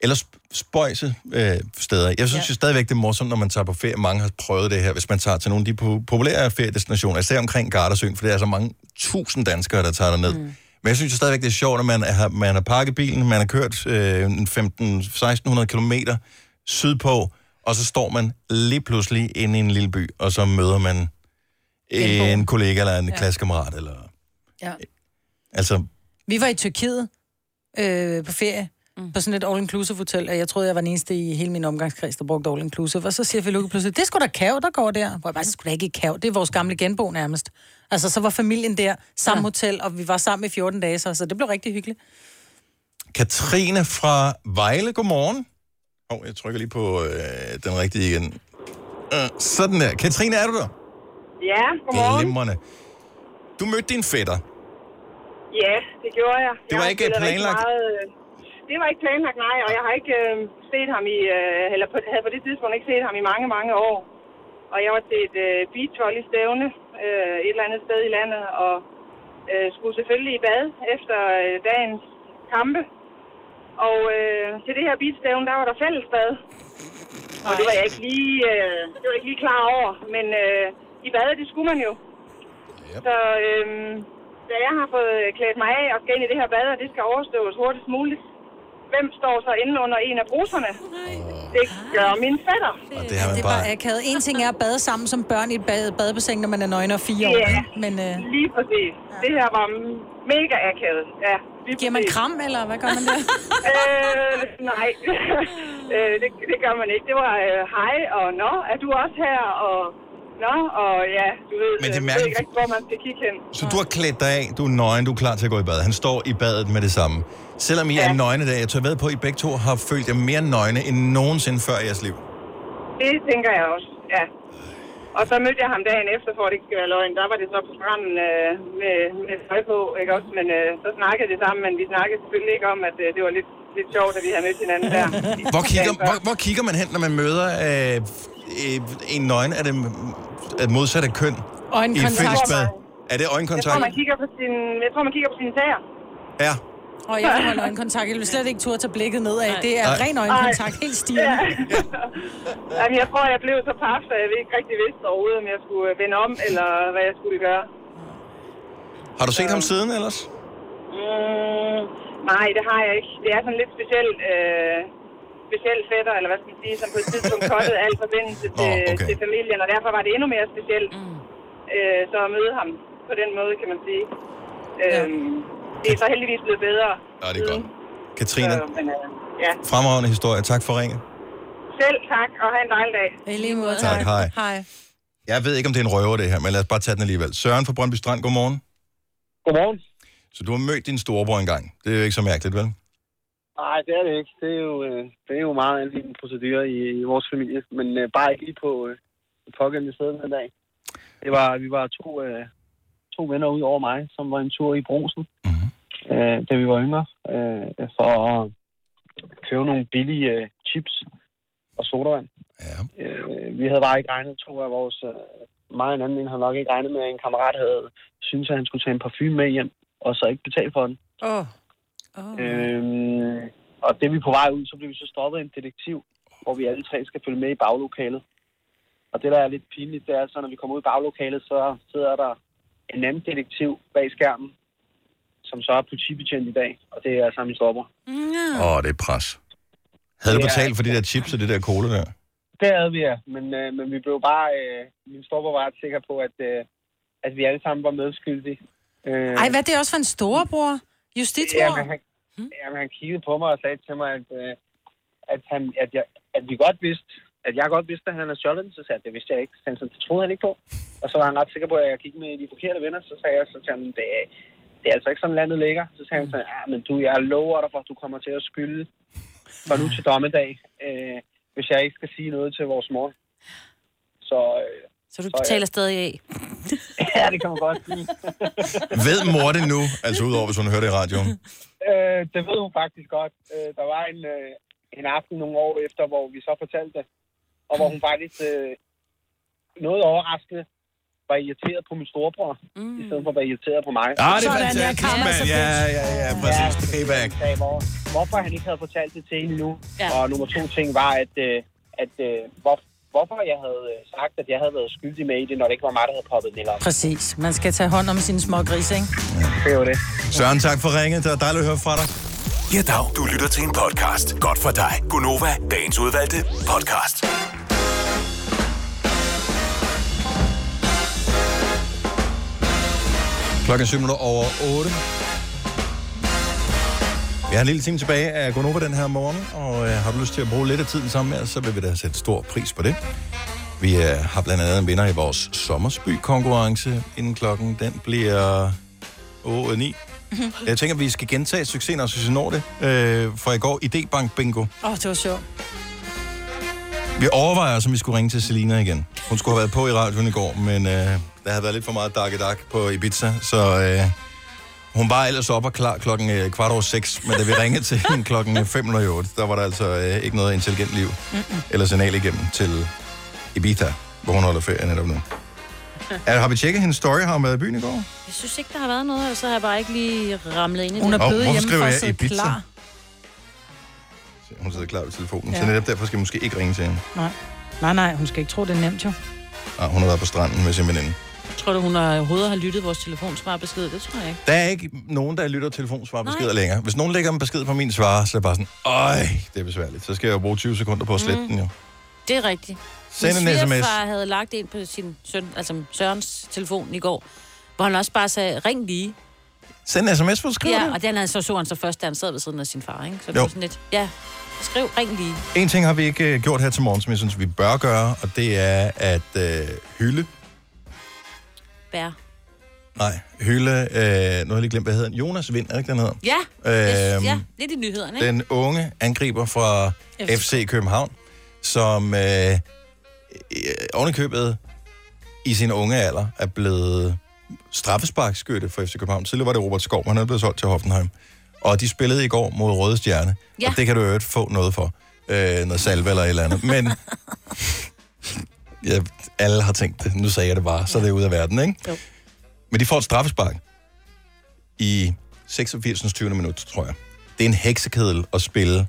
Eller sp- spøjse øh, steder. Jeg synes ja. jo stadigvæk, det er morsomt, når man tager på ferie. Mange har prøvet det her, hvis man tager til nogle af de po- populære feriedestinationer. Især omkring Gardasøen, for der er så mange tusind danskere, der tager derned. Mm. Men jeg synes jo stadigvæk, det er sjovt, at man har, man har pakket bilen, man har kørt øh, en 15-1600 km sydpå, og så står man lige pludselig inde i en lille by, og så møder man en kollega eller en ja. klassekammerat. Eller, Ja. altså, Vi var i Tyrkiet øh, på ferie, mm. på sådan et all-inclusive hotel, og jeg troede, jeg var den eneste i hele min omgangskreds, der brugte all-inclusive. Og så siger Feluke pludselig, det skulle da kav, der går der. Hvor jeg bare, så skulle da ikke i kav, det er vores gamle genbo nærmest. Altså, så var familien der, samme ja. hotel, og vi var sammen i 14 dage, så, så det blev rigtig hyggeligt. Katrine fra Vejle, godmorgen. Hov, oh, jeg trykker lige på øh, den rigtige igen. Øh, sådan der. Katrine, er du der? Ja, godmorgen. Glimrende. Du mødte din fætter. Ja, det gjorde jeg. Det var Jeg ikke har spillet rigtig planlagt? Meget, øh, det var ikke planlagt, nej, og jeg har ikke øh, set ham i, øh, eller på, havde på det tidspunkt ikke set ham i mange, mange år. Og jeg var til et øh, beachvolley-stævne øh, et eller andet sted i landet, og øh, skulle selvfølgelig i bad efter øh, dagens kampe. Og øh, til det her beachstævne, der var der fællesbad. Og det var jeg ikke lige, øh, det var jeg ikke lige klar over, men øh, i badet, det skulle man jo. Så øhm, da jeg har fået klædt mig af og skal ind i det her bad, og det skal overstås hurtigst muligt, hvem står så inde under en af bruserne? Det gør min fætter. Det har man Det var akavet. En ting er at bade sammen som børn i et bade, badebassin, når man er nøgne og fire år. Ja. Men øh, Lige præcis. Det her var mega akavet. Ja, lige giver man kram, eller hvad gør man der? øh, nej, øh, det, det gør man ikke. Det var øh, hej og nå, er du også her? Og nå, og ja, du ved, Men det er øh, ved mærkeligt. ikke rigtig, hvor man skal kigge hen. Så du har klædt dig af, du er nøgen, du er klar til at gå i bad. Han står i badet med det samme. Selvom I er nøgne i dag, jeg tør ved på, at I begge to har følt jer mere nøgne end nogensinde før i jeres liv. Det tænker jeg også, ja. Og så mødte jeg ham dagen efter, for at det ikke skal være løgn. Der var det så på stranden øh, med, med tøj på, ikke også? Men øh, så snakkede det sammen, men vi snakkede selvfølgelig ikke om, at øh, det var lidt, lidt sjovt, at vi havde mødt hinanden der. Hvor kigger, hvor, hvor kigger man hen, når man møder øh, øh, en nøgen af det af det modsatte køn? I et Øjenkontakt. fællesbad? Er det Jeg tror, øjenkontakt? man kigger på sin, jeg tror, man kigger på sine sager. Ja. Og jeg vil holde øjenkontakt. Jeg vil slet ikke turde tage blikket nedad. Det er Nej. ren øjenkontakt, helt stigende. Jamen, jeg tror, jeg blev så paf, at jeg ikke rigtig vidste overhovedet, om jeg skulle øh, vende om, eller hvad jeg skulle gøre. Har du set ham siden ellers? Mm, nej, det har jeg ikke. Det er sådan lidt specielt, øh, specielt fætter, eller hvad skal man sige, som på et tidspunkt kottede al forbindelse til, okay. til familien, og derfor var det endnu mere specielt mm. øh, så at møde ham på den måde, kan man sige. Øhm, Det er så heldigvis blevet bedre. Ja, det er godt. Katrine, Så, men, øh, ja. fremragende historie. Tak for ringet. Selv tak, og have en dejlig dag. I lige måde. Tak, hej. Hej. Jeg ved ikke, om det er en røver, det her, men lad os bare tage den alligevel. Søren fra Brøndby Strand, godmorgen. Godmorgen. Så du har mødt din storebror engang. Det er jo ikke så mærkeligt, vel? Nej, det er det ikke. Det er jo, øh, det er jo meget almindelig en procedure i, i vores familie, men øh, bare ikke lige på øh, det pågældende sted den dag. Det var, vi var to, øh, to venner ud over mig, som var en tur i brusen, mm-hmm. øh, da vi var yngre, øh, for at købe nogle billige øh, chips og sodavand. Ja. Øh, vi havde bare ikke regnet to af vores... Øh, mig og en anden en havde nok ikke regnet med, at en kammerat havde syntes, at han skulle tage en parfume med hjem, og så ikke betale for den. Åh. Øh, Øhm, og det vi er på vej ud, så blev vi så stoppet af en detektiv, hvor vi alle tre skal følge med i baglokalet. Og det, der er lidt pinligt, det er, så når vi kommer ud i baglokalet, så sidder der en anden detektiv bag skærmen, som så er politibetjent i dag, og det er altså Sami Stopper. Åh, oh, det er pres. Havde du Det er- betalt for de der chips og det der cola der? Det havde vi, ja. Men, øh, men vi blev bare... Øh, min stopper var ret sikker på, at, øh, at vi alle sammen var medskyldige. Øh, Ej, hvad er det også for en storebror? Justitsmor? Jamen, han, Hmm? jamen, han kiggede på mig og sagde til mig, at, øh, at, han, at, jeg, at vi godt vidste, at jeg godt vidste, at han er stjålet, den, så sagde jeg, det vidste jeg ikke. Så han sådan, det troede han ikke på. Og så var han ret sikker på, at jeg gik med de forkerte venner. Så sagde jeg så til ham, det, er- det er altså ikke sådan, landet ligger. Så sagde han sådan, ja, men du, jeg lover dig for, at du kommer til at skylde fra nu til dommedag, øh, hvis jeg ikke skal sige noget til vores mor. Så, øh, Så du betaler stadig af? ja, det kan man godt sige. Ved mor det nu? Altså udover, hvis hun hører det i radioen. Øh, det ved hun faktisk godt. Øh, der var en, øh, en aften nogle år efter, hvor vi så fortalte det, og hvor hun faktisk øh, noget overraskende var irriteret på min storebror, mm. i stedet for at være irriteret på mig. Ah, det er Sådan, fantastisk, ja, karma mand. så fedt. Ja, ja, ja, præcis. Payback. Sagde, hvor, hvorfor han ikke havde fortalt det til hende nu. Ja. Og nummer to ting var, at, øh, at øh, hvor, hvorfor jeg havde øh, sagt, at jeg havde været skyldig med i det, når det ikke var mig, der havde poppet den op. Præcis. Man skal tage hånd om sine små grise, ikke? Det var det. Søren, tak for ringet. Det er dejligt at høre fra dig. Ja, dag. Du lytter til en podcast. Godt for dig. Gunova, dagens udvalgte podcast. Klokken er syv minutter over 8. Vi har en lille time tilbage af Gonova den her morgen, og øh, har du lyst til at bruge lidt af tiden sammen med os, så vil vi da sætte stor pris på det. Vi øh, har blandt andet en vinder i vores sommersby-konkurrence inden klokken. Den bliver 8 9. Jeg tænker, at vi skal gentage succesen, også hvis vi når det, øh, fra i går Idébank Bingo. Åh, oh, det var sjovt. Vi overvejer, om vi skulle ringe til Selina igen. Hun skulle have været på i radioen i går, men øh, der havde været lidt for meget dak dak på Ibiza, så øh, hun var ellers op og klar klokken øh, kvart over seks, men da vi ringede til hende klokken øh, 508, der var der altså øh, ikke noget intelligent liv eller signal igennem til Ibiza, hvor hun holder ferie netop nu. Er, har vi tjekket hendes story? Har hun været i byen i går? Jeg synes ikke, der har været noget, og så har jeg bare ikke lige ramlet ind i det. Hun er Nå, blevet hvorfor hjemme skriver for at jeg sidde Ibiza? klar. Se, Hun sidder klar ved telefonen, ja. så Ja. netop derfor skal vi måske ikke ringe til hende. Nej. Nej, nej, hun skal ikke tro, det er nemt jo. Ah, hun har været på stranden med sin veninde. Tror du, hun har, overhovedet har lyttet vores telefonsvarbesked? Det tror jeg ikke. Der er ikke nogen, der lytter telefonsvarbeskeder Nej. længere. Hvis nogen lægger en besked på min svar, så er jeg bare sådan, øj, det er besværligt. Så skal jeg jo bruge 20 sekunder på at slette mm. den jo. Det er rigtigt. Send en Min SMS. svigerfar havde lagt en på sin søn, altså Sørens telefon i går, hvor han også bare sagde, ring lige. Send en sms, hvor du skriver ja, det. og den havde så så han så først, da han sad ved siden af sin far, ikke? Så det Jo. var sådan lidt, ja, skriv, ring lige. En ting har vi ikke øh, gjort her til morgen, som jeg synes, vi bør gøre, og det er at øh, hylde. Bær. Nej, hylde. Øh, nu har jeg lige glemt, hvad hedder den. Jonas Vind, er det ikke den hedder? Ja, øhm, Øhm, ja, lidt i nyhederne, ikke? Den unge angriber fra FC. FC København, som øh, øh, ovenikøbet i sin unge alder er blevet straffesparkskytte for FC København. Tidligere var det Robert Skov, han er blevet solgt til Hoffenheim. Og de spillede i går mod Røde Stjerne, Ja. ja. og det kan du jo øvrigt få noget for. Øh, noget salve eller et eller andet. Men ja, alle har tænkt det. Nu sagde jeg det bare, så er det ude af verden, ikke? Jo. Men de får et straffespark i 86. 20. minut, tror jeg. Det er en heksekedel at spille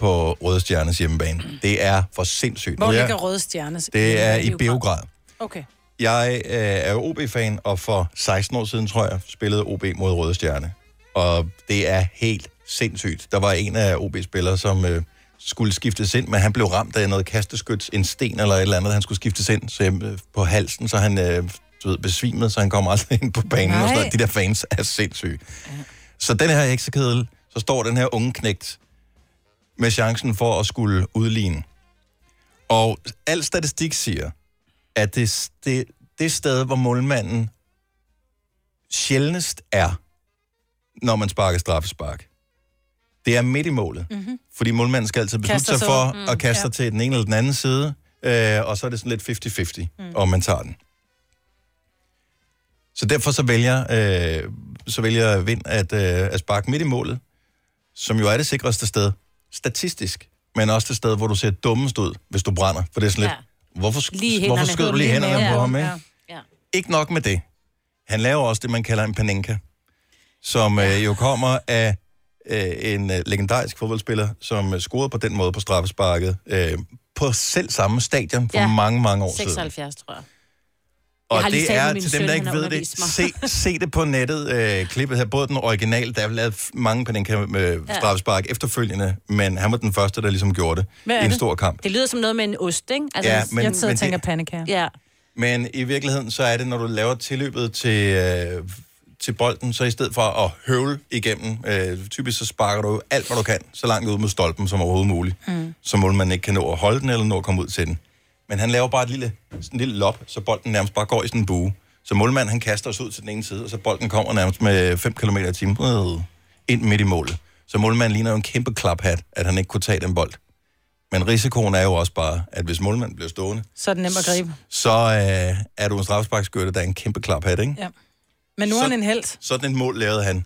på Røde Stjernes hjemmebane. Det er for sindssygt. Hvor Nu er jeg- ligger Røde Stjernes? Det er i Beograd. Okay. Jeg øh, er jo OB-fan, og for 16 år siden, tror jeg, spillede OB mod Røde Stjerne. Og det er helt sindssygt. Der var en af OB-spillere, som øh, skulle skiftes ind, men han blev ramt af noget kasteskyts, en sten eller et eller andet, han skulle skiftes ind så, øh, på halsen, så han øh, du ved, besvimede, så han kom aldrig ind på banen. Og sådan Nej. noget. De der fans er sindssyge. Så den her heksekedel, så står den her unge knægt med chancen for at skulle udligne. Og al statistik siger, at det, det, det sted, hvor målmanden sjældnest er, når man sparker straffespark, det er midt i målet. Mm-hmm. Fordi målmanden skal altid beslutte Kaster sig sig for ud. mm, Mm, at kaste ja. sig til den ene eller den anden side, øh, og så er det sådan lidt 50-50, mm. om man tager den. Så derfor så vælger, øh, så vælger Vind at, øh, at sparke midt i målet, som jo er det sikreste sted, statistisk, men også det sted, hvor du ser dummest ud, hvis du brænder. For det er sådan lidt, ja. hvorfor, sk- Lige hænderne. hvorfor skød du lige hænderne på ham, ikke? Ja. ja. Ikke nok med det. Han laver også det, man kalder en panenka, som øh, jo kommer af øh, en øh, legendarisk fodboldspiller, som øh, scorede på den måde på straffesparket øh, på selv samme stadion for ja. mange, mange år siden. 76, tror jeg. Jeg har Og lige det talt med er min til søn, dem, der han ikke har ved det. undervist Se, mig. se det på nettet, øh, klippet her. Både den originale, der er lavet f- mange på den kan, øh, Ja. straffespark efterfølgende, men han var den første, der ligesom gjorde det Hvad er i en det? stor kamp. Det lyder som noget med en ost, ikke? Altså, Ja, hvis- men- Jeg sidder og men tænker det- pandekager. Ja. Men i virkeligheden, så er det, når du laver tilløbet til, øh, til bolden, så i stedet for at høvle igennem, øh, typisk så sparker du alt, hvad du kan, så langt ud mod stolpen som overhovedet muligt. Mm. Så må man ikke kan nå at holde den, eller nå at komme ud til den. Men han laver bare et lille, sådan en lille lop, så bolden nærmest bare går i sådan en bue. Så målmanden, han kaster os ud til den ene side, og så bolden kommer nærmest med 5 km i timen øh, ind midt i målet. Så målmanden ligner jo en kæmpe klaphat, at han ikke kunne tage den bold. Men risikoen er jo også bare, at hvis målmanden bliver stående, Så er det nemt at gribe. så øh, er du en strafsparkskytte, der er en kæmpe klaphat, ikke? Ja. Men nu er Så- han en held. Sådan et mål lavede han.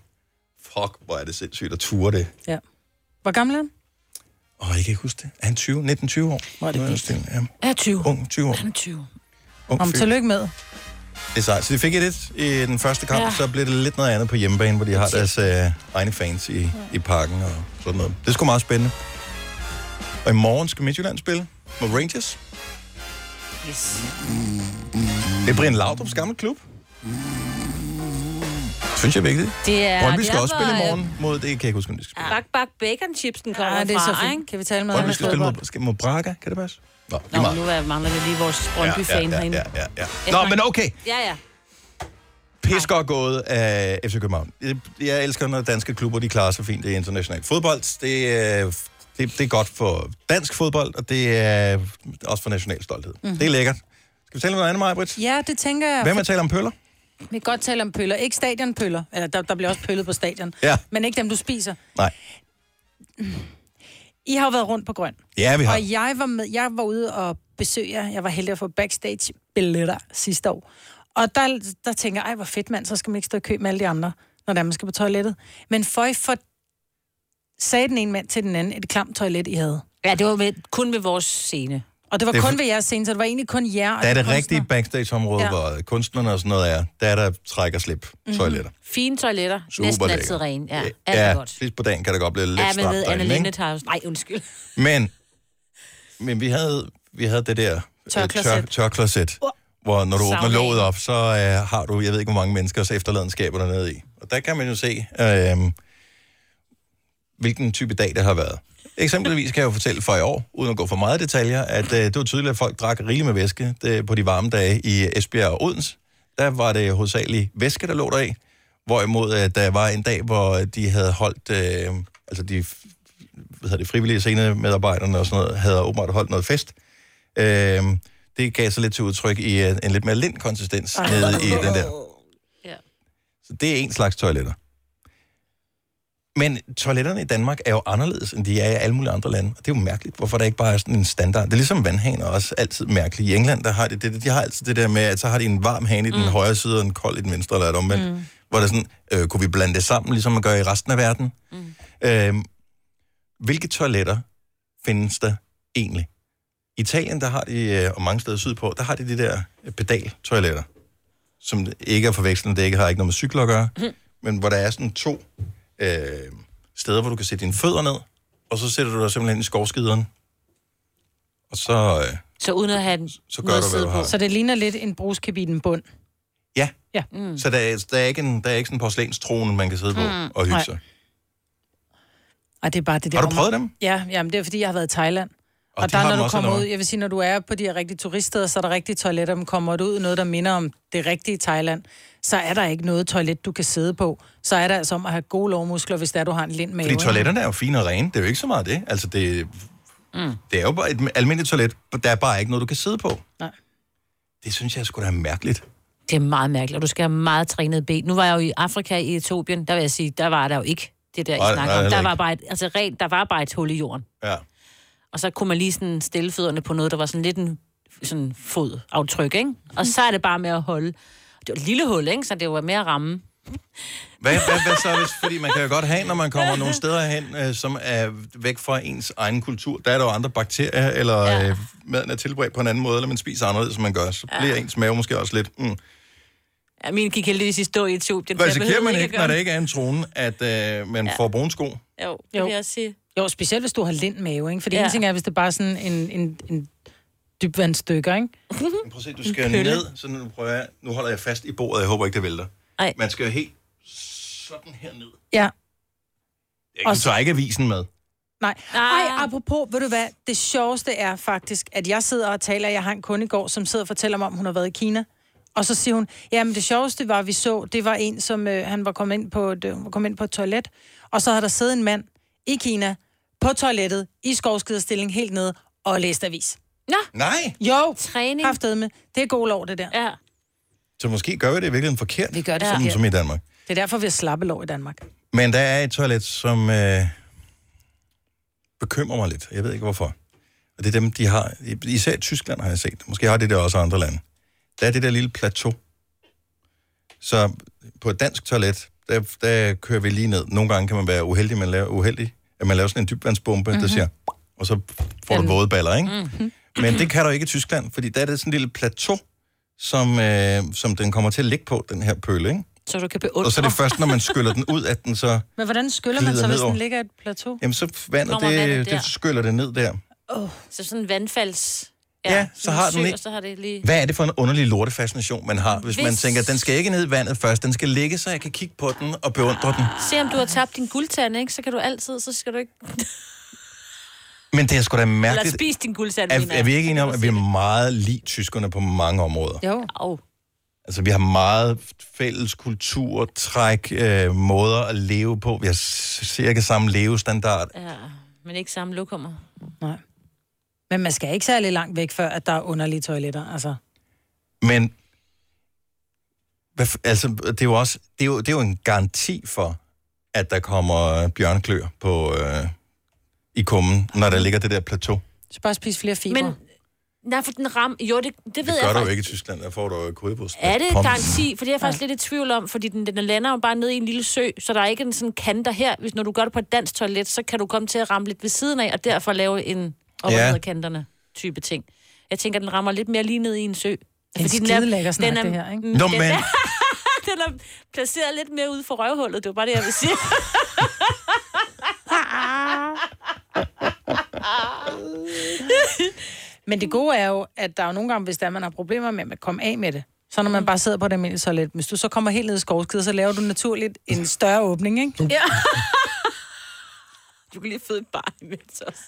Fuck, hvor er det sindssygt at ture det. Ja. Hvor gammel er han? Åh, jeg kan ikke huske det. Er han 20? 19-20 år? Hvor er det vildt. Ja. Er 20. Ung, 20 år. Han er 20. Ung Om fyr. tillykke med. Det er sejt. Så de fik et i den første kamp, ja. Ja. så blev det lidt noget andet på hjemmebane, hvor de har deres øh, egne fans i, i parken og sådan noget. Det er sgu meget spændende. Og i morgen skal Midtjylland spille mod Rangers. Yes. Det er Brian Laudrup's gamle klub. Synes jeg er vigtigt. Det er- Brøndby det skal er også spille i hvor, øh, morgen mod det, kan jeg ikke huske, om de skal Bak, bak, bacon chips, den kommer Ah, det er så fra, fint. ikke? Kan vi tale med Brøndby skal spille mod, skal mod Braga, kan det passe? Nå, lige Nå, meget. nu er- mangler vi lige vores Brøndby-fan ja, ja, herinde. ja, ja, ja. Nå, men okay. Ja, ja. Pis godt gået af FC København. Jeg- Jeg elsker, når danske klubber de klarer sig fint i international fodbold. Det, øh, det, det er godt for dansk fodbold, og det er også for national stolthed. Mm. Mhm. Det er lækkert. Skal vi tale om noget andet, Maja Britt? Ja, det tænker jeg. Hvem er taler om pøller? Vi kan godt tale om pøller. Ikke stadionpøller. Eller der, der bliver også pøllet på stadion. Ja. Men ikke dem, du spiser. Nej. I har jo været rundt på grøn. Ja, vi har. Og jeg var, med, jeg var ude og besøge jer. Jeg var heldig at få backstage-billetter sidste år. Og der, der tænker jeg, ej, hvor fedt mand, så skal man ikke stå i kø med alle de andre, når der man skal på toilettet. Men føj for sagde den ene mand til den anden, et klamt toilet, I havde. Ja, det var ved, kun ved vores scene. Og det var Det er det kun for- ved jeres scene, så det var egentlig kun jer. og Der er de det kunstnere. rigtige backstage-område, Ja. ja. hvor kunstnerne og sådan noget er. Der er der trækker slip Mhm. toiletter. Fine toiletter. Super Næsten lækker. altid rene. Ja, alt er Ja, godt. sidst på dagen kan det godt blive lidt Ja, men stramt ved Anna derinde, ikke? Linde tager også... Nej, undskyld. Men, men vi, havde, vi havde det der øh, Tørkloset. tørkloset hvor når du åbner Saunaen. låget op, så øh, har du, jeg ved ikke, hvor mange menneskers efterladenskaber dernede i. Og der kan man jo se, øh, hvilken type dag det har været. Eksempelvis kan jeg jo fortælle for i år, uden at gå for meget i detaljer, at øh, det var tydeligt, at folk drak rigeligt med væske det, på de varme dage i Esbjerg og Odense. Der var det hovedsageligt væske, der lå der i. Hvorimod, at der var en dag, hvor de havde holdt, øh, altså de hvad hedder det, frivillige scenemedarbejderne og sådan noget, havde åbenbart holdt noget fest. Øh, det gav sig lidt til udtryk i øh, en lidt mere lind konsistens Ej. nede i den der. Ja. Så det er en slags toiletter. Men toiletterne i Danmark er jo anderledes, end de er i alle mulige andre lande. Og det er jo mærkeligt, hvorfor der ikke bare er sådan en standard. Det er ligesom vandhaner også altid mærkeligt. I England, der har de, det, de har altid det der med, at så har de en varm hane i den mm. højre side, og en kold i den venstre, eller et omvendt. Mm. Hvor der er sådan, øh, kunne vi blande det sammen, ligesom man gør i resten af verden? Mm. Øhm, hvilke toiletter findes der egentlig? I Italien, der har de, øh, og mange steder sydpå, der har de de der øh, pedaltoiletter, som ikke er forvekslende, det ikke har ikke noget med cykler at gøre, Mhm. mm. men hvor der er sådan to øh, steder, hvor du kan sætte dine fødder ned, og så sætter du dig simpelthen i skovskideren. Og så... Øh, Så uden at have den Så gør du, hvad du har. Så det ligner lidt en bruskabinen bund. ja, Ja. mm. så der, er- der, er ikke en, der er ikke sådan en porcelænstrone, man kan sidde på Mm. og hygge Nej. sig. Ej, det er bare det der. Har hvor du prøvet man- dem? Ja, jamen, det er fordi, jeg har været i Thailand. Og, de og der, har når dem du også, kommer eller ud, hvad? jeg vil sige, når du er på de her rigtige turiststeder, så er der rigtige toiletter, men kommer du ud i noget, der minder om det rigtige Thailand, så er der ikke noget toilet, du kan sidde på. Så er der altså om at have gode lovmuskler, hvis der du har en lind mave. Fordi ikke? toiletterne er jo fine og rene, det er jo ikke så meget det. Altså, det, Mm. det er jo bare et almindeligt toilet, og der er bare ikke noget, du kan sidde på. Nej. Det synes jeg skulle da er mærkeligt. Det er meget mærkeligt, og du skal have meget trænet ben. Nu var jeg jo i Afrika, i Etiopien, der vil jeg sige, der var der jo ikke det der, I Nej, snakker nej, om. Der heller var, ikke. bare et, altså, rent, der var bare et hul i jorden. Ja. Og så kunne man lige sådan stille fødderne på noget, der var sådan lidt en sådan fodaftryk, ikke? Og så er det bare med at holde. Det var et lille hul, ikke? Så det var med at ramme. Hvad, hvad, hvad så hvis, fordi man kan jo godt have, når man kommer nogle steder hen, øh, som er væk fra ens egen kultur, der er der jo andre bakterier, eller ja. øh, maden er tilberedt på en anden måde, eller man spiser anderledes, som man gør, så bliver ens mave måske også lidt, mm, Ja, min gik heldigvis i stå i et tub. Den Risikerer man ikke, når der ikke er en trone, at øh, man ja. får brune sko? Jo, det vil jeg også sige. Jo, specielt hvis du har lind mave, ikke? For det Ja. ja. ene ting er, hvis det er bare sådan en, en, en dybvandstykker, ikke? Men prøv at se, du skal jo ned, så nu prøver jeg, nu holder jeg fast i bordet, jeg håber ikke, det vælter. Ej. Man skal jo helt sådan her ned. Ja. Jeg så ikke avisen med. Nej. Ah. Ej, apropos, ved du hvad? Det sjoveste er faktisk, at jeg sidder og taler, jeg har en kunde i går, som sidder og fortæller mig, om hun har været i Kina. Og så siger hun, jamen det sjoveste var, vi så, det var en, som øh, han var kommet ind på et, øh, var kommet ind på et toilet, og så havde der siddet en mand i Kina på toilettet i skovskiderstilling helt nede og læst avis. Nå. Nej. Jo. Træning. med. Det er god lov, det der. Ja. Så måske gør vi det i virkeligheden forkert, vi gør det sådan forkert. som i Danmark. Det er derfor, vi har slappe lov i Danmark. Men der er et toilet, som øh, bekymrer mig lidt. Jeg ved ikke hvorfor. Og det er dem, de har. Især i Tyskland har jeg set. Måske har det der også i andre lande. Der er det der lille plateau. Så på et dansk toilet, der, der kører vi lige ned. Nogle gange kan man være uheldig, man laver, uheldig at man laver sådan en dybvandsbombe, mm-hmm. der Mhm. siger, og så får du våde baller, ikke? Mm-hmm. Men det kan du ikke i Tyskland, fordi der er det sådan en lille plateau, som, øh, som den kommer til at ligge på, den her pøle, ikke? Så du kan Og så er det først, når man skyller den ud, at den så... Men hvordan skyller man Glider så, hvis nedover. den ligger i et plateau? Jamen, så vandet, Kommer vandet det, der. det skyller det ned der. Oh. Så sådan en vandfalds... Ja, så sådan en har den sø, ikke- Og så har det lige... Hvad er det for en underlig lortefascination, man har, hvis, hvis man Hvis- tænker, den skal ikke ned i vandet først, den skal ligge, så jeg kan kigge på den og beundre den. Se om du har tabt din guldtand, ikke? Så kan du altid, så skal du ikke... Men det er sgu da Eller mærkeligt. spis din guldtand, mener Er, er jeg. vi ikke enige om, at vi er meget lige tyskerne på mange områder? Jo. Au. Altså, vi har meget fælles kultur, træk, øh, måder at leve på. Vi har s- cirka samme levestandard. Ja, men ikke samme lokummer. Men man skal ikke særlig langt væk, før at der er underlige toiletter, altså. Men hvad, f- altså, det er jo også det er jo, det er jo en garanti for, at der kommer bjørnklør på, øh, i kummen, når der ligger det der plateau. Så bare spis flere fibre. Men... Nej, for den ram... Jo, det, det ved Det jeg gør du jo faktisk- ikke i Tyskland, der får du jo kødebryst. Er det garanti? For det er jeg faktisk lidt i tvivl om, fordi den, den lander jo bare ned i en lille sø, så der er ikke en sådan kanter her. Hvis når du gør det på et dansk toilet, så kan du komme til at ramme lidt ved siden af, og derfor lave en op Ja. ja. kanterne type ting. Jeg tænker, den rammer lidt mere lige ned i en sø. en skidelækker snak, det her, ikke? Nå, den, men- er, den er placeret lidt mere ude for røvhullet, det var bare det, jeg ville sige. Men det gode er jo, at der er jo nogle gange, hvis der man har problemer med at komme af med det, så Mm. når man bare sidder på det almindelige toilet, hvis du så kommer helt ned i skovskider, så laver du naturligt en større åbning, ikke? Ja. du kan lige føde et barn imens også.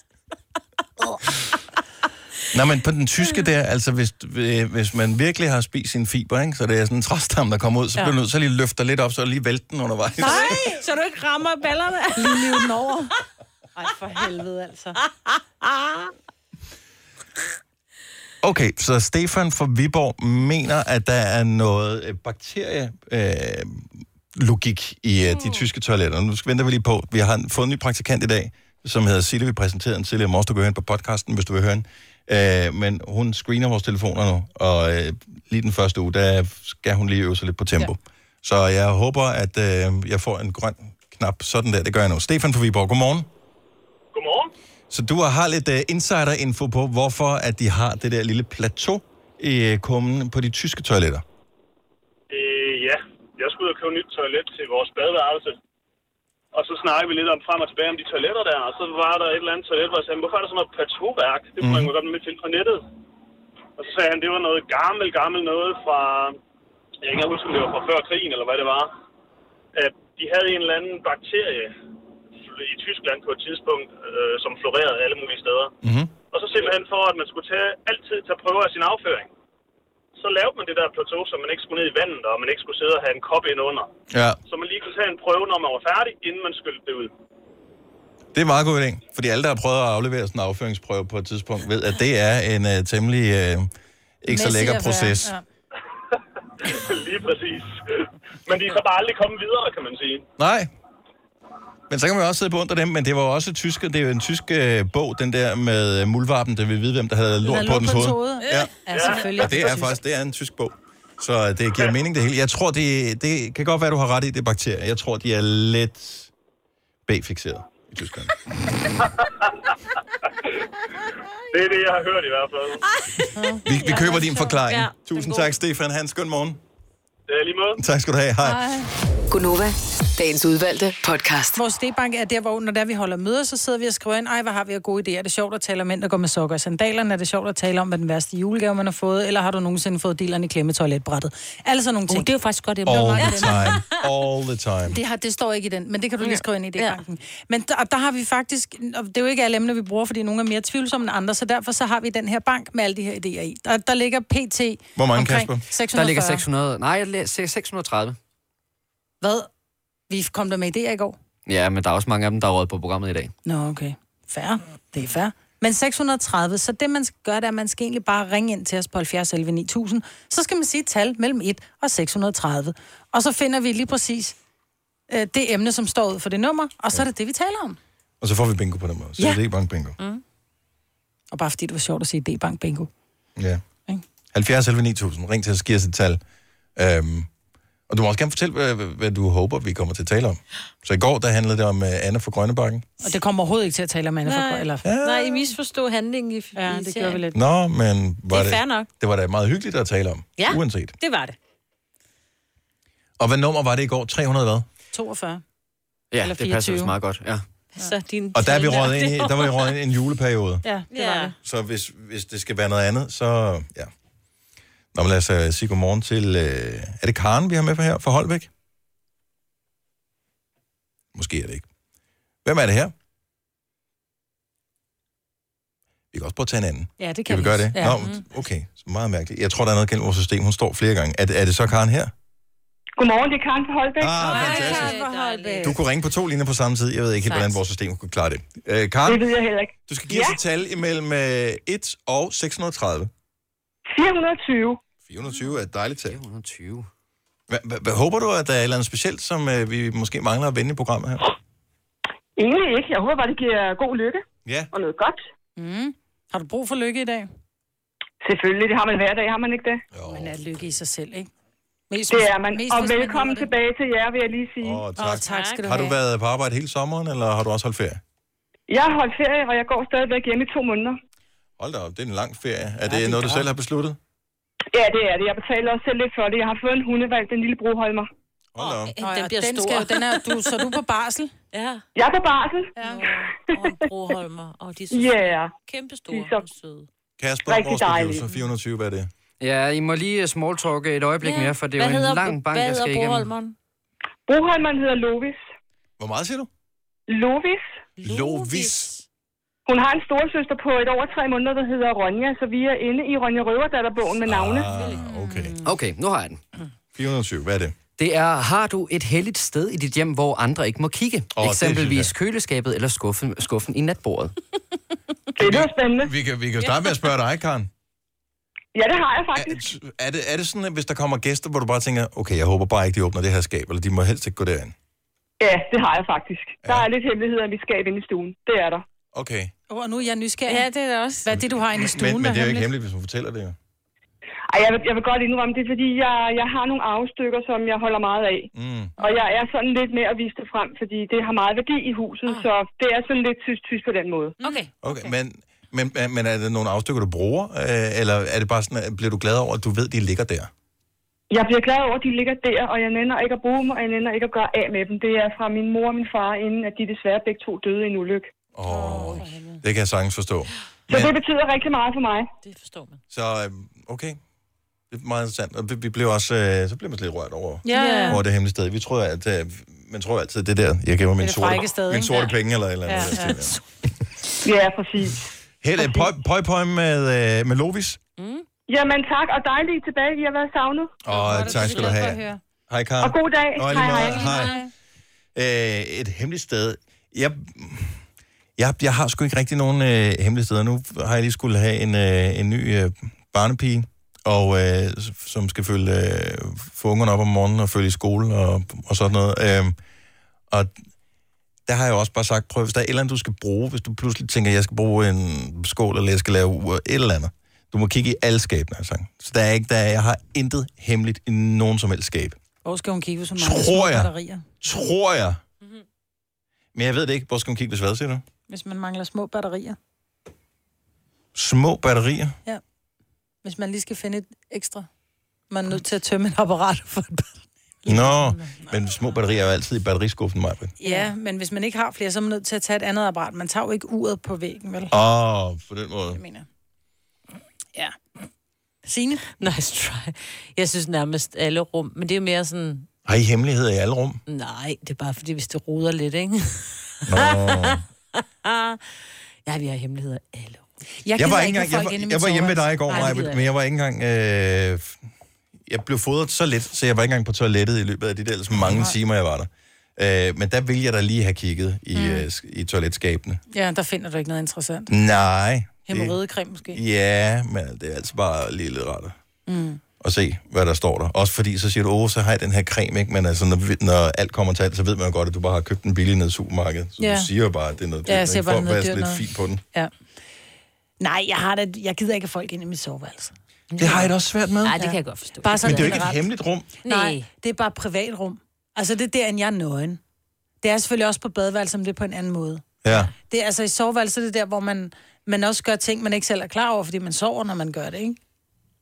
Nej, men på den tyske der, altså hvis, øh, hvis man virkelig har spist sin fiber, ikke, så det er sådan en træstam, der kommer ud, så Ja. bliver du nødt til at lige løfte lidt op, så lige vælte den undervejs. Nej, så du ikke rammer ballerne. Lige nive den over. Ej, for helvede altså. Okay, så Stefan fra Viborg mener, at der er noget øh, bakterie... Øh, logik i uh, de tyske toiletter. Nu skal venter vi lige på. Vi har en- fået en ny praktikant i dag, som hedder Sille. Vi præsenterede en tidligere i morges. Du kan høre hende på podcasten, hvis du vil høre hende. Uh, men hun screener vores telefoner nu, og uh, lige den første uge, der skal hun lige øve sig lidt på tempo. Ja. Så jeg håber, at uh, jeg får en grøn knap. Sådan der, det gør jeg nu. Stefan fra Viborg, godmorgen. Godmorgen. Så du har lidt uh, insider-info på, hvorfor at de har det der lille plateau i uh, kummen på de tyske toiletter. Øh, ja, jeg skulle ud og købe nyt toilet til vores badeværelse. Og så snakkede vi lidt om frem og tilbage om de toiletter der, og så var der et eller andet toilet, hvor jeg sagde, hvorfor er der sådan noget plateauværk? Det Mhm. kunne mm. man jo godt med til på nettet. Og så sagde han, det var noget gammel, gammel noget fra, jeg kan ikke huske, om det var fra før krigen, eller hvad det var. At de havde en eller anden bakterie i Tyskland på et tidspunkt, øh, som florerede alle mulige steder. Mm-hmm. Og så simpelthen for, at man skulle tage, altid tage prøver af sin afføring. Så lavede man det der plateau, så man ikke skulle ned i vandet, og man ikke skulle sidde og have en kop ind under. Ja. Så man lige kunne tage en prøve, når man var færdig, inden man skyldte det ud. Det er en meget god idé, fordi alle, der har prøvet at aflevere sådan en afføringsprøve på et tidspunkt, ved, at det er en uh, temmelig uh, ikke så Messy lækker affære, proces. ja. lige præcis. Men de er så bare aldrig kommet videre, kan man sige. Nej. Men så kan man jo også sidde på under dem, men det var jo også tysk, det er jo en tysk øh, bog, den der med øh, muldvarpen, der vil vide, hvem der havde lort, Der er lort på dens på dens hoved. hoved. Ja, selvfølgelig. Og det er faktisk, det er en tysk bog. Så øh, det giver mening det hele. Jeg tror, det, det kan godt være, du har ret i, det er bakterier. Jeg tror, de er lidt B-fixeret i Tyskland. Det er det, jeg har hørt i hvert fald. Vi, vi køber din forklaring. Tusind tak, Stefan Hans. Skøn morgen. Ja, lige måde. Tak skal du have. Hej. Gunova, dagens udvalgte podcast. Vores idébank er der, hvor når der vi holder møder, så sidder vi og skriver ind, ej, hvad har vi af gode idéer? Er det sjovt at tale om mænd, der går med sokker og sandalerne? Er det sjovt at tale om, hvad den værste julegave, man har fået? Eller har du nogensinde fået dealeren i klemme toiletbrættet? Alle sådan nogle ting. Uh, det er jo faktisk godt, All the time. All the time. Det, har, det står ikke i den, men det kan du lige skrive ind i det. Ja. Men der, der, har vi faktisk, og det er jo ikke alle emner, vi bruger, fordi nogle er mere tvivlsomme end andre, så derfor så har vi den her bank med alle de her idéer i. Der, der ligger PT Hvor mange, omkring Kasper? Der 640. ligger 600... Nej, jeg læ- 630. Hvad? Vi kom der med idéer i går. Ja, men der er også mange af dem, der er røget på programmet i dag. Nå, okay. Færre. Det er fair. Men 630, så det man skal gøre, det er, at man skal egentlig bare ringe ind til os på 70 11 9000. Så skal man sige et tal mellem 1 og 630. Og så finder vi lige præcis øh, det emne, som står ud for det nummer, og så er det det, vi taler om. Og så får vi bingo på den måde. Så Ja. ja. det er ikke bange bingo. Mm. Og bare fordi det var sjovt at sige D-Bank Bingo. Ja. 70 11 9000. Ring til os, giv os et tal. Øhm, og du må også gerne fortælle, hvad, hvad- hvad du håber, vi kommer til at tale om. Så i går, der handlede det om uh, Anna fra Grønnebakken. Og det kommer overhovedet ikke til at tale om Anna Nej. for eller... Nej, I misforstod handlingen i Ja, det gjorde vi lidt. Nå, men var Det er fair nok. det var da meget hyggeligt at tale om, Ja, uanset. det var det. Og hvad nummer var det i går? 300 hvad? 42. Ja, Eller det passer 24. også meget godt, ja. Så din Og der, er vi tal røget ind, i- der var vi røget ind i en juleperiode. Ja, det var det. Så hvis, hvis det skal være noget andet, så ja. Nå, men lad os uh, sige godmorgen til... Uh, er det Karen, vi har med på her fra Holbæk? Måske er det ikke. Hvem er det her? Vi kan også prøve at tage en anden. Ja, det kan, Kan, vi gøre det? Ja. Ja. Nå, Mm. okay. Så meget mærkeligt. Jeg tror, der er noget galt med vores system. Hun står flere gange. Er, det- er det så Karen her? Godmorgen, det er Karen fra Holbæk. Ah, fantastisk. Holbæk. Du kunne ringe på to linjer på samme tid. Jeg ved ikke helt, hvordan vores system kunne klare det. Øh, Karen, Det ved jeg heller ikke. du skal give os Ja. et tal imellem øh, 1 og 630. 420. 420 er et dejligt tal. 420. Hvad håber du, at der er et eller andet specielt, som øh, vi måske mangler at vende i programmet her? Egentlig ikke. Jeg håber bare, det giver god lykke Ja. og noget godt. Mm. Har du brug for lykke i dag? Selvfølgelig, det har man hver dag, har man ikke det? Man er lykke i sig selv, ikke? Mest, Det er man. mest Og hvis man velkommen lever det. tilbage til jer, vil jeg lige sige. Åh, tak. tak. tak skal du har du have. været på arbejde hele sommeren, eller har du også holdt ferie? Jeg har holdt ferie, og jeg går stadigvæk hjemme i to måneder. Hold da op, det er en lang ferie. Er det, ja, det noget, du selv har besluttet? Ja, det er det. Jeg betaler også selv lidt for det. Jeg har fået en hundevalg, den lille broholmer. Hold da op. Nå, ja, den bliver den Skal, jo- den er, du, så du er på barsel? Ja. oh, Jeg er på barsel. Ja. Broholmer, og de er så Ja. kæmpe De store er så og søde. Kasper, Rigtig vores dejligt. producer, 420, hvad er det? Ja, I må lige øh, smalltalke et øjeblik Ja. mere, for det er Hvad jo en hedder lang Bo- bank, hvad jeg skal hedder igennem. Broholmeren? Broholmeren hedder Lovis. Hvor meget siger du? Lovis. Lovis. Hun har en storsøster på et over tre måneder, der hedder Ronja, så vi er inde i Ronja Røverdatterbogen med navne. Ah, okay. Okay, nu har jeg den. 420, hvad er det? Det er, har du et heldigt sted i dit hjem, hvor andre ikke må kigge? Åh, Oh, det synes Eksempelvis jeg. køleskabet eller skuffen, skuffen i natbordet. Det er spændende. Vi kan, vi kan jo starte med at spørge dig, Karen. Ja, det har jeg faktisk. Er det, er det sådan, at hvis der kommer gæster, hvor du bare tænker, okay, jeg håber bare ikke, de åbner det her skab, eller de må helst ikke gå derind? Ja, det har jeg faktisk. Der er lidt hemmeligheder, vi skal inde i stuen. Det er der. Okay. Oh, nu er jeg nysgerrig. Ja, det er også. Hvad er det, du har inde i stuen? Men, men det er jo ikke hemmeligt? hemmeligt, hvis hun fortæller det jo. Ej, jeg, vil, jeg vil godt indrømme det, er fordi jeg, jeg har nogle arvestykker, som jeg holder meget af. Mm. Og jeg er sådan lidt med at vise det frem, fordi det har meget værdi i huset, Ah. så det er sådan lidt tysk-tysk på den måde. Mm. Okay. Okay, men, men, men- men er det nogle afstykker, du bruger? Øh, eller er det bare sådan, at bliver du glad over, at du ved, de ligger der? Jeg bliver glad over, at de ligger der, og jeg nænder ikke at bruge dem, og jeg nænder ikke at gøre af med dem. Det er fra min mor og min far, inden at de desværre begge to døde i en ulykke. Åh, oh, det kan jeg sagtens forstå. Så Men- det betyder rigtig meget for mig. Det forstår man. Så øh, okay, det er meget interessant. Og vi, vi blev også, øh, så blev man lidt rørt over, Ja, ja. over det hemmelige sted. Vi tror, at øh, man tror altid, det der, jeg gemmer min Det sorte, frække sted, min ikke? sorte Ja. penge eller et eller andet. Ja, Ja, ja. ja. Ja, præcis. Helt øh, pøj, pøj, pøj med, øh, med Lovis. Jamen tak, og dejligt tilbage. I har været savnet. Og tak skal du have. Hej, Karen. Og god dag. Nå, lige Hej, meget. hej. hej. Øh, et hemmeligt sted. Jeg, jeg, jeg har sgu ikke rigtig nogen øh, hemmelige steder. Nu har jeg lige skulle have en, øh, en ny øh, barnepige, og, øh, s- som skal følge, øh, få ungerne op om morgenen og følge i skole og, og sådan noget. Øh, og der har jeg også bare sagt, prøv, hvis der er et eller andet, du skal bruge, hvis du pludselig tænker, jeg skal bruge en skål, eller jeg skal lave ur, et eller andet. Du må kigge i alle skabene, altså. Så der er ikke, der er, jeg har intet hemmeligt i nogen som helst skab Hvor skal hun kigge, hvis hun Tror har små jeg. batterier? tror jeg. Mm-hmm. Men jeg ved det ikke. Hvor skal man kigge, hvis hvad siger du? Hvis man mangler små batterier. Små batterier. Hvis man lige skal finde et ekstra. man er nødt til at tømme et apparat for et Nå, men små batterier er jo altid i batteriskuffen, Maja. Ja, men hvis man ikke har flere, så er man nødt til at tage et andet apparat. Man tager jo ikke uret på væggen, vel? Åh, oh, på den måde. Ja. Signe? Nice try. Jeg synes nærmest alle rum, men det er jo mere sådan, Har I hemmeligheder i alle rum? nej, det er bare fordi, hvis det roder lidt, ikke? Nå. ja, vi har hemmeligheder i alle rum. Jeg, var, ikke engang, jeg, var, jeg var hjemme ved dig i går, Maja, men jeg var ikke engang... Øh, jeg blev fodret så lidt, så jeg var ikke engang på toilettet i løbet af de der ellers mange timer, jeg var der. Øh, men der ville jeg da lige have kigget i, Mm. mm. øh, sk- i toiletskabene. Ja, der finder du ikke noget interessant. Nej. det- Hemorrhoidecreme måske. Ja, men det er altså bare lige lidt rart Mm. at se, hvad der står der. Også fordi, så siger du, åh, så har jeg den her creme, ikke? Men altså, når, vi- når alt kommer til alt, så ved man jo godt, at du bare har købt den billig nede i supermarkedet. Så Ja. du siger jo bare, at det er noget Ja, jeg dyrt, siger ikke? bare, for at det er noget være sådan dyrt lidt noget. fin på den. Ja. Nej, jeg, har det, jeg gider ikke have folk ind i mit soveværelse. Det har jeg da også svært med. Nej, det kan jeg godt forstå. Bare Men sådan det er jo ikke et generelt. hemmeligt rum. Nej, det er bare et privat rum. Altså, det er der, end jeg er nøgen. Det er selvfølgelig også på badeværelse, men det er på en anden måde. Ja. Det er altså i soveværelset, det er der, hvor man, man også gør ting, man ikke selv er klar over, fordi man sover, når man gør det, ikke?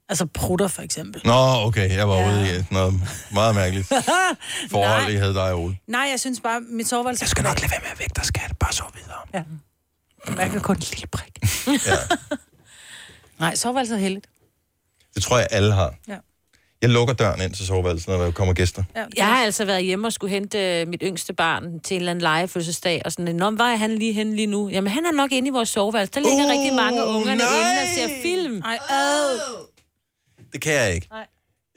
Altså prutter, for eksempel. Nå, okay, jeg var ja. ude i noget meget mærkeligt forhold, Nej. I havde dig, Ole. Nej, jeg synes bare, mit soveværelse... Jeg skal nok lade være med at vække dig, skat. Bare sove videre. Ja. Jeg kan kun en lille prik. Ja. Nej, soveværelset er heldigt. Det tror jeg, alle har. Ja. Jeg lukker døren ind til soveværelset, når der kommer gæster. Ja, jeg har altså været hjemme og skulle hente øh, mit yngste barn til en eller anden legefødselsdag, og sådan, Nå, men hvor er han lige henne lige nu? Jamen, han er nok inde i vores soveværelse. Der ligger Uh, uh, rigtig mange unger nej! derinde og ser film. Ej, øh. Det kan jeg ikke. Nej.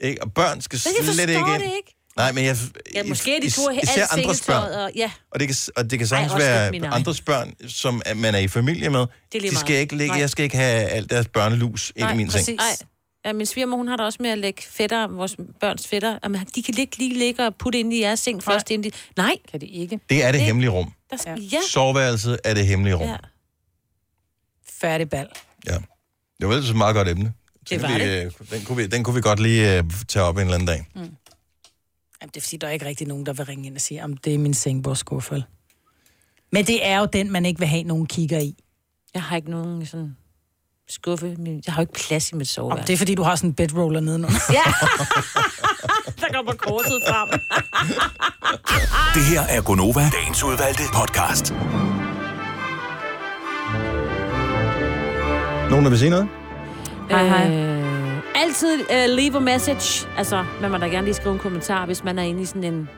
ikke? Og børn skal Men jeg slet ikke forstår ind. det ikke. Nej, men jeg... Ja, måske er de to is- især alt andres børn. sengetøjet. Og, ja, Og det kan, og det kan sagtens Ej, Ej, også være lidt min egen. andres børn, som at man er i familie med. lige de meget. skal ikke ligge, Nej. jeg skal ikke have alt deres børnelus ind i min seng. Nej. Ja, min svigermor, hun har da også med at lægge fætter, vores børns fætter. Jamen, de kan ligge, lige ligge og putte ind i jeres seng først. Ind i... Nej. Kan de ikke. Det er det hemmelige rum. Der skal... ja. Soveværelset er det hemmelige rum. Ja. Færdig bal. Det var ellers et meget godt emne. Det var vi, det. øh, Den kunne, vi, den kunne vi godt lige øh, tage op en eller anden dag. Jamen, det er fordi, der er ikke rigtig nogen, der vil ringe ind og sige, om det er min sengbordskuffel. Men det er jo den, man ikke vil have nogen kigger i. Jeg har ikke nogen sådan skuffe. men Jeg har jo ikke plads i mit Om soveværelse. det er fordi, du har sådan en bedroller nedenunder. Ja. Der kommer kortet frem. Det her er Gonova, dagens udvalgte podcast. Nogen, der vil sige noget? Hej, hej. Øh, Altid uh, leave a message. Altså, man må da gerne lige skrive en kommentar, hvis man er inde i sådan en...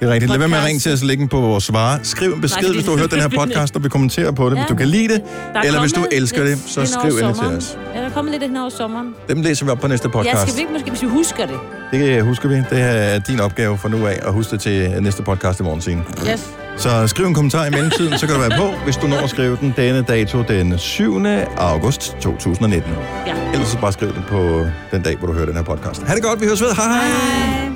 Det er rigtigt. Lad være med at Podcast. ringe til os lægge på vores svar. Skriv en Nej, besked, det- hvis du har hørt den her podcast, og vi kommenterer på det, Ja. hvis du kan lide det. Der er Eller hvis du kommet elsker det, lidt så hen skriv over ind til sommeren. os. Ja, der kommer lidt hen over sommeren. Dem læser vi op på næste podcast. Ja, skal vi ikke måske, hvis vi husker det? Det øh, husker vi. Det er din opgave fra nu af, og husk det til øh, næste podcast i morgen scene. Yes. Så skriv en kommentar i mellemtiden, så kan du være på, hvis du når at skrive den denne dato, den 7. august 2019. Ja. Ellers så bare skriv den på den dag, hvor du hører den her podcast. Ha' det godt, vi høres ved. Hej! hej.